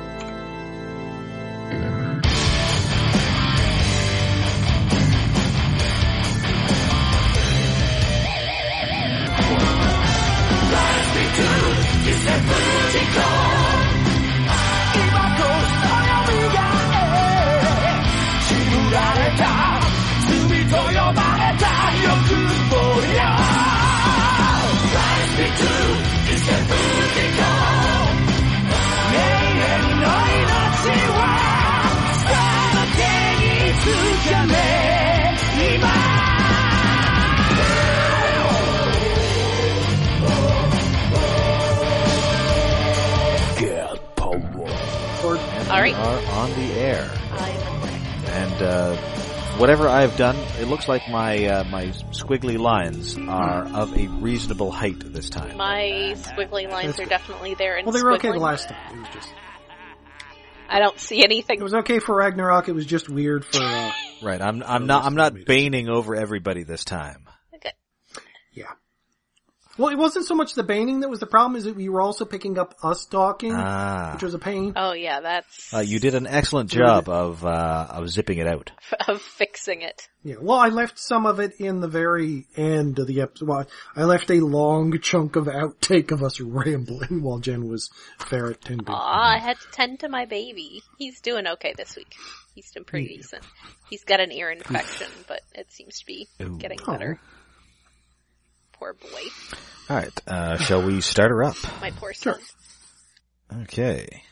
Speaker 4: Get power.
Speaker 2: All
Speaker 1: We
Speaker 2: right.
Speaker 1: are on the air,
Speaker 2: I'm
Speaker 1: and uh, whatever I've done, it looks like my uh, my squiggly lines are of a reasonable height this time.
Speaker 2: My squiggly lines are definitely there. In
Speaker 3: Well, they were okay
Speaker 2: squiggling.
Speaker 3: the last time. It was just.
Speaker 2: I don't see anything.
Speaker 3: It was okay for Ragnarok. It was just weird for. Uh,
Speaker 1: Right, I'm I'm not I'm not baning over everybody this time.
Speaker 2: Okay.
Speaker 3: yeah. Well, it wasn't so much the baning that was the problem. Is that we were also picking up us talking,
Speaker 1: Ah,
Speaker 3: which was a pain.
Speaker 2: Oh yeah, that's
Speaker 1: uh, you did an excellent job of uh, of zipping it out.
Speaker 2: of fixing it.
Speaker 3: Yeah. Well, I left some of it in the very end of the episode. Well, I left a long chunk of outtake of us rambling while Jen was ferret tending.
Speaker 2: Aw, I had to tend to my baby. He's doing okay this week. He's doing pretty decent. He's got an ear infection, but it seems to be
Speaker 1: Ooh.
Speaker 2: getting
Speaker 3: Oh.
Speaker 2: better. Poor boy.
Speaker 1: All right, uh, shall we start her up?
Speaker 2: My poor son.
Speaker 1: Okay.